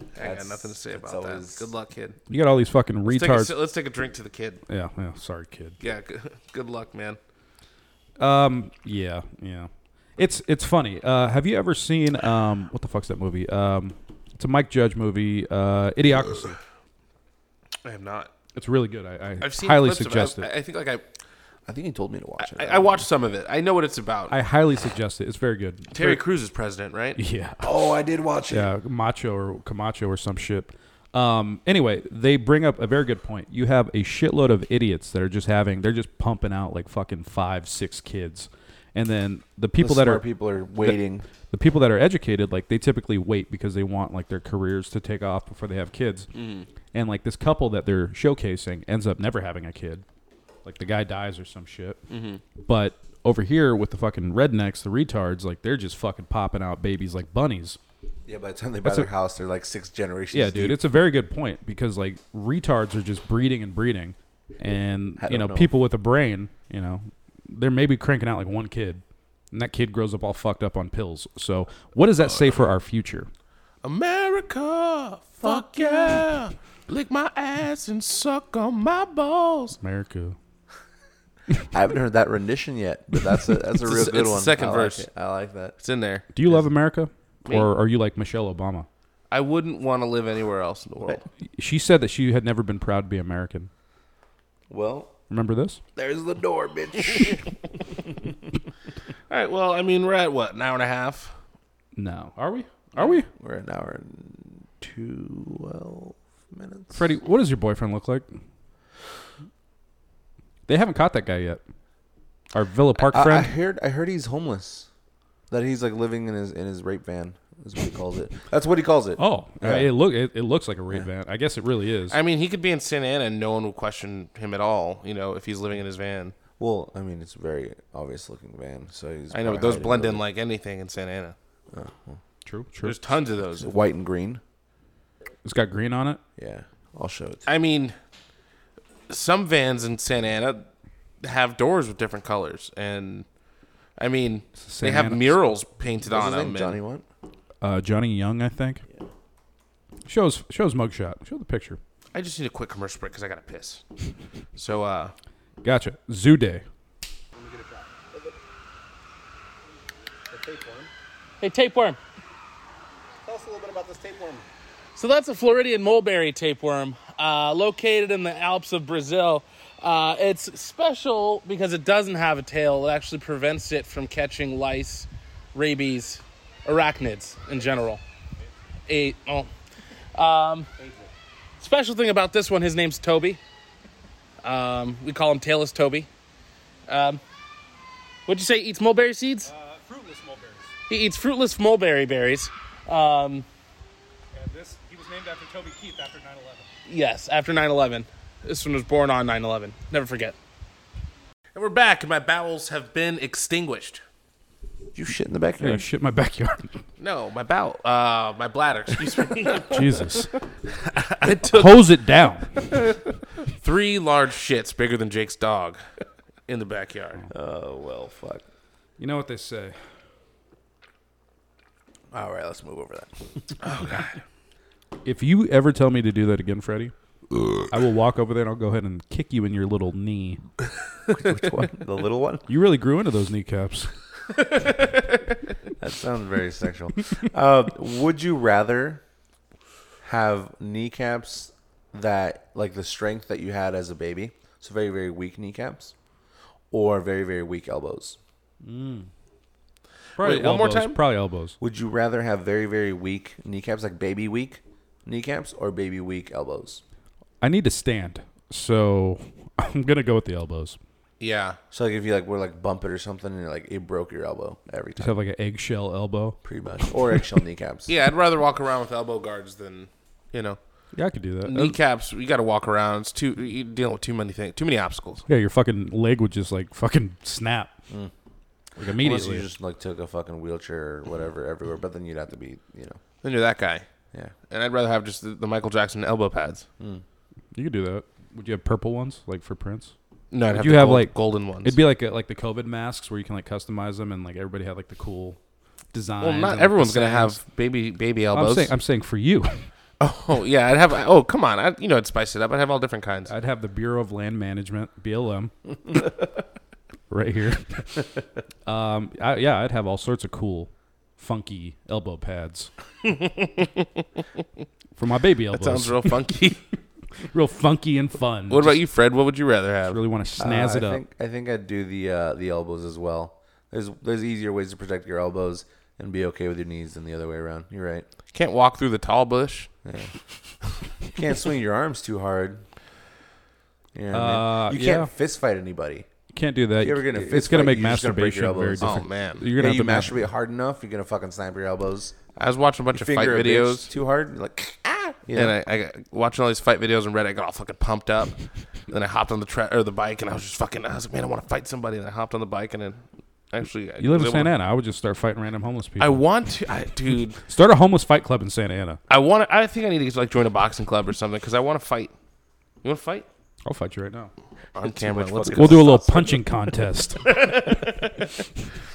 I got That's- nothing to say that's about always- that. Good luck, kid. you got all these fucking Let's take, a, retards. si- let's take a drink to the kid. yeah, yeah, sorry, kid. Yeah, good, good luck, man. Um, yeah, yeah. It's it's funny. Uh, have you ever seen um what the fuck's that movie? Um, it's a Mike Judge movie, uh, Idiocracy. I have not. It's really good. I, I I've seen highly clips of it. suggest it. I, I think like I, I think he told me to watch it. I, I watched some of it. I know what it's about. I highly suggest it. It's very good. Terry Crews is president, right? Yeah. Oh, I did watch it. Yeah, Macho or uh, Camacho or some shit. Um, anyway, they bring up a very good point. You have a shitload of idiots that are just having, they're just pumping out like fucking five, six kids. And then the people the that are smart people are waiting. the people that are educated, like they typically wait because they want like their careers to take off before they have kids. And like this couple that they're showcasing ends up never having a kid. Like the guy dies or some shit. But over here with the fucking rednecks, the retards, like they're just fucking popping out babies like bunnies. yeah, by the time they buy their house, they're like six generations. Yeah, dude, it's a very good point because like retards are just breeding and breeding, and I you know, don't know. people with a brain, you know, they're maybe cranking out like one kid, and that kid grows up all fucked up on pills. So what does that say for our future? America, fuck yeah. Lick my ass and suck on my balls. America. I haven't heard that rendition yet, but that's a that's a It's real the- good it's the one. second I like verse. it. I like that. It's in there. Do you love America, Me. or are you like Michelle Obama? I wouldn't want to live anywhere else in the world. She said that she had never been proud to be American. Well, Remember this? there's the door, bitch. All right, well, I mean, we're at what, an hour and a half? No. Are we? Are we? We're an hour and twelve minutes. Freddie, what does your boyfriend look like? They haven't caught that guy yet. Our Villa Park I, I friend. heard I heard he's homeless. That he's like living in his in his rape van is what he calls it. That's what he calls it. Oh, I Yeah. mean, it look it, it looks like a raid van. I guess it really is. I mean, he could be in Santa Ana and no one will question him at all, you know, if he's living in his van. Well, I mean it's a very obvious looking van. So he's I know, but probably those blend hiding in like anything in Santa Ana. true, true. There's tons of those. really- white and green. It's got green on it. Yeah. I'll show it to you. I mean, some vans in Santa Ana have doors with different colors. And, I mean, they Santa have Ana- murals painted What's on his them. name? Johnny and- what? Uh, Johnny Young, I think. Shows shows mugshot. Show the picture. I just need a quick commercial break because I got to piss. So, uh, Gotcha. Zoo Day. Hey, tapeworm. Tell us a little bit about this tapeworm. So that's a Floridian mulberry tapeworm uh, located in the Alps of Brazil. Uh, it's special because it doesn't have a tail. It actually prevents it from catching lice, rabies, arachnids in general. Eight. Oh. Um, special thing about this one, his name's Toby. Um, we call him Tailless Toby. Um, what'd you say? Eats mulberry seeds? Uh, fruitless mulberries. He eats fruitless mulberry berries. Um, And this, he was named after Toby Keith after 9 11. Yes, after 9 11. This one was born on 9 11. Never forget. And we're back, and my bowels have been extinguished. you shit in the Yeah, backyard? shit in my backyard. No, my bowel, uh, my bladder. Excuse me. Jesus. I took Hose it down. three large shits bigger than Jake's dog in the backyard. Oh well, fuck. You know what they say. All right, let's move over that. If you ever tell me to do that again, Freddie, I will walk over there and I'll go ahead and kick you in your little knee. Which one? The little one? You really grew into those kneecaps. That sounds very sexual. Uh, would you rather have kneecaps that, like the strength that you had as a baby, so very, very weak kneecaps, or very, very weak elbows? Probably Wait, one more elbows, time? Probably elbows. Would you rather have very, very weak kneecaps, like baby weak kneecaps, or baby weak elbows? I need to stand, so I'm gonna go with the elbows. Yeah. So, like, if you like were like bump it or something, and you're like it broke your elbow every Just time, have like an eggshell elbow. pretty much, or eggshell kneecaps. Yeah, I'd rather walk around with elbow guards than, you know, Yeah, I could do that. kneecaps. You got to walk around. It's too you dealing with too many things, too many obstacles. yeah, your fucking leg would just like fucking snap, Mm. like Unless immediately. you just like took a fucking wheelchair or whatever everywhere, but then you'd have to be, you know, Then you're that guy. yeah. And I'd rather have just the, the Michael Jackson elbow pads. you could do that. Would you have purple ones like for Prince? No, I'd have you the have, gold- like- golden ones. It'd be like a, like the COVID masks where you can like customize them and like everybody had like the cool designs. well, and, not like, everyone's the gonna sayings. have baby baby I'm elbows. saying, I'm saying for you, oh yeah, I'd have. Oh come on, I, you know I'd spice it up. I'd have all different kinds. I'd have the Bureau of Land Management (BLM) right here. um, I, yeah, I'd have all sorts of cool, funky elbow pads for my baby elbows. That sounds real funky. real funky and fun. what about you, Fred? What would you rather have? Really want to snazz Uh, it I up. Think, I think I'd do the uh, the elbows as well. There's there's easier ways to protect your elbows and be okay with your knees than the other way around. You're right. Can't walk through the tall bush. You can't swing your arms too hard. You, know what I Uh, mean? you yeah. can't fist fight anybody. Can't do that. If you ever get in a it's fist gonna make fight, you're just gonna break masturbation your very elbows. Oh, different. man. you're You're gonna you have to masturbate hard enough, you're gonna fucking snap your elbows. I was watching a bunch of fight Finger a bitch videos. too hard. You're like ah. You know? And I, I got, watching all these fight videos on Reddit, I got all fucking pumped up. then I hopped on the tra- or the bike, and I was just fucking. I was like, man, I want to fight somebody. And I hopped on the bike, and then actually, I You live was in able Santa to- Ana. I would just start fighting random homeless people. I want to, I, dude. start a homeless fight club in Santa Ana. I want. to I think I need to like join a boxing club or something because I want to fight. You want to fight I'll fight you right now. on camera? Let's We'll do a little punching contest.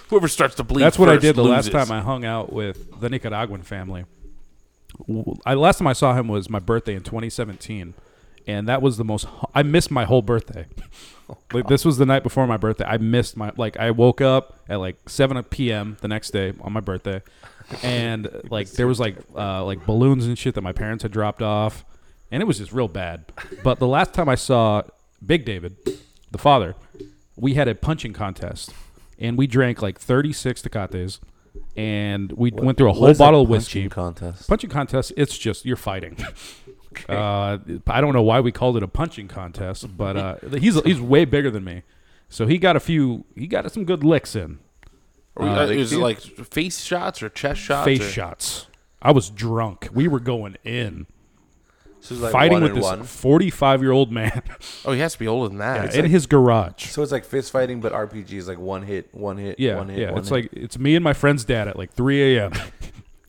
Whoever starts to bleed. That's what I first did the loses. last time I hung out with the Nicaraguan family. W- I last time I saw him was my birthday in 2017, and that was the most. hu- I missed my whole birthday. Oh, like this was the night before my birthday. I missed my like. I woke up at like 7 p.m. the next day on my birthday, and like there was like uh, like balloons and shit that my parents had dropped off, and it was just real bad. But the last time I saw Big David, the father, we had a punching contest, and we drank like 36 tecates, and we went through a whole What is that bottle of punching whiskey. contest. Punching contest, it's just you're fighting. Uh, I don't know why we called it a punching contest, but uh, he's he's way bigger than me, so he got a few, he got some good licks in Or, uh, it was like face shots or chest shots. face or- shots. I was drunk. We were going in, So it's like fighting one with and this one. 45 year old man Oh, he has to be older than that. in his garage. So it's like fist fighting, but RPG is like one hit, one hit, yeah, one hit. yeah. one it's hit. like it's me and my friend's dad at like 3 a.m.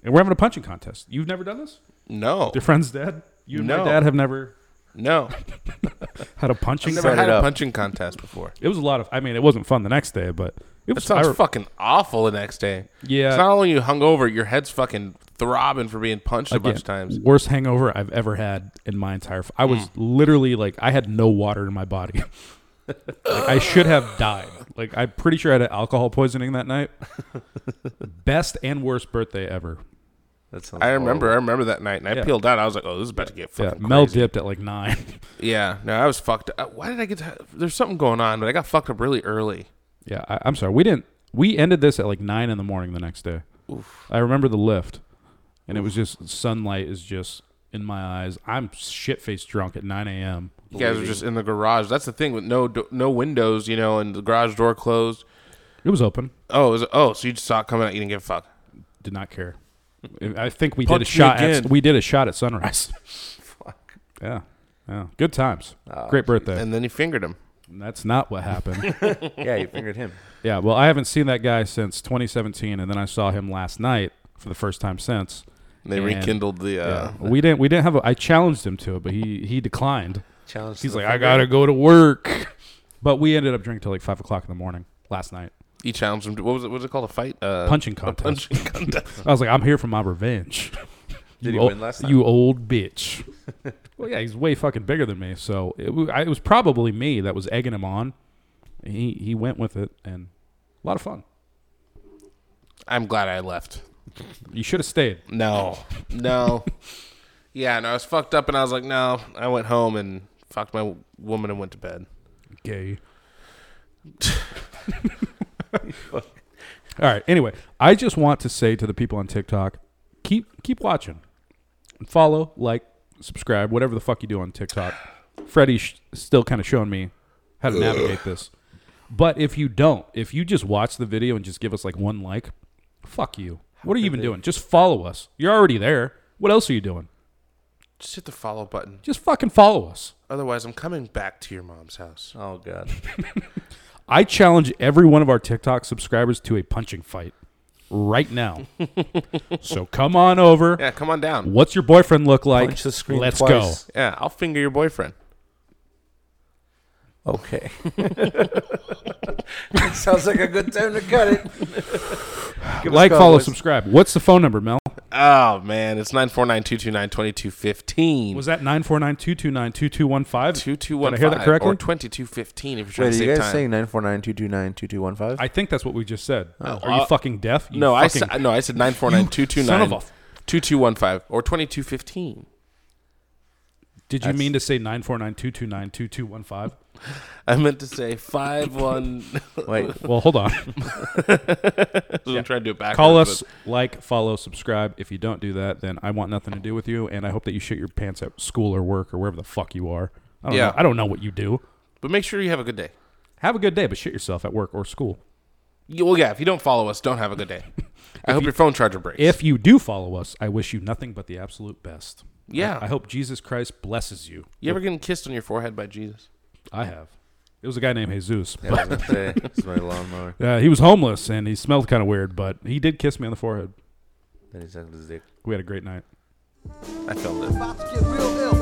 and we're having a punching contest. You've never done this? no, Your friend's dad? You and my No. dad have never no, had a punching. never Set had it a up. punching contest before. It was a lot of. I mean, it wasn't fun the next day, but it That was. sounds I re- fucking awful the next day. Yeah. It's not only you hungover, your head's fucking throbbing for being punched a again, bunch of times. Mm. Worst hangover I've ever had in my entire. F- I was literally like, I had no water in my body. like, I should have died. Like I'm pretty sure I had alcohol poisoning that night. Best and worst birthday ever. That sounds I remember, horrible. I remember that night, and I Oh. Yeah. peeled out. I was like, "Oh, this is about to get Yeah, fucking Mel crazy. dipped at like nine. Yeah, no, I was fucked. Up. Why did I get? To, there's something going on, but I got fucked up really early. yeah, I, I'm sorry. We didn't. We ended this at like nine in the morning the next day. I remember the lift, and it was just sunlight is just in my eyes. I'm shit faced drunk at nine a.m. You guys were just in the garage. That's the thing with no do- no windows, you know, and the garage door closed. It was open. Oh, it was, oh, so you just saw it coming out. You didn't give a fuck. did not care. I think we Punch did a me shot. At, again. we did a shot at sunrise. Yeah, yeah. Good times. Great birthday. Ah, And then you fingered him. That's not what happened. Yeah, you fingered him. yeah, well, I haven't seen that guy since 2017, and then I saw him last night for the first time since. They And- rekindled the. Uh, We didn't. We didn't have. A, I challenged him to it, but he he declined. Challenge. He's like, I gotta go to work. But we ended up drinking till like five o'clock in the morning last night. He challenged him. To, what was it? What was it called? A fight? Uh, Punching a contest. punching contest. I was like, I'm here for my revenge. you Did he ol- win last time? Oh, You old bitch. well, yeah, he's way fucking bigger than me. So it, w I it was probably me that was egging him on. He he went with it, and a lot of fun. I'm glad I left. You should have stayed. No, no. yeah, no. I was fucked up, and I was like, no. I went home and fucked my w- woman and went to bed. Gay. All right. Anyway, I just want to say to the people on TikTok, keep keep watching, follow, like, subscribe, whatever the fuck you do on TikTok. Freddie's sh- still kind of showing me how to navigate this. But if you don't, if you just watch the video and just give us like one like, fuck you. What are you even doing? Just follow us. You're already there. What else are you doing? Just hit the follow button. Just fucking follow us. Otherwise, I'm coming back to your mom's house. Oh god. I challenge every one of our TikTok subscribers to a punching fight right now. so come on over. Yeah, come on down. What's your boyfriend look like? Punch the screen Let's twice. Yeah, I'll finger your boyfriend. Okay. Sounds like a good time to cut it. go. Like, a call, follow, boys. subscribe. What's the phone number, Mel? Oh man, it's nine four nine two two nine twenty two fifteen. Was that 949-229-2215? two two Did one I hear that correctly? or twenty two fifteen? If you're trying Wait, are to you save guys time. saying nine four nine two two nine two two one five? I think that's what we just said. Are you fucking deaf? You Oh, uh, no, I fucking- said no. I said nine four nine two two son of a nine f- two two one five or twenty two fifteen. Did you mean to say 949-229-2215? I meant to say five one. Wait, Well, hold on. I'm trying to do it backwards. Call but- us, like, follow, subscribe. If you don't do that, then I want nothing to do with you, and I hope that you shit your pants at school or work or wherever the fuck you are. I don't Yeah. know. I don't know what you do. but make sure you have a good day. Have a good day, but shit yourself at work or school. You- Well, yeah. If you don't follow us, don't have a good day. I hope your phone charger breaks. If you do follow us, I wish you nothing but the absolute best. Yeah. I, I hope Jesus Christ blesses you. you ever getting kissed on your forehead by Jesus? I have. It was a guy named Jesus. I was gonna say it's my lawnmower. Uh, he was homeless and he smelled kind of weird, but he did kiss me on the forehead. Then he said his dick. We had a great night. I felt it. about to get real ill.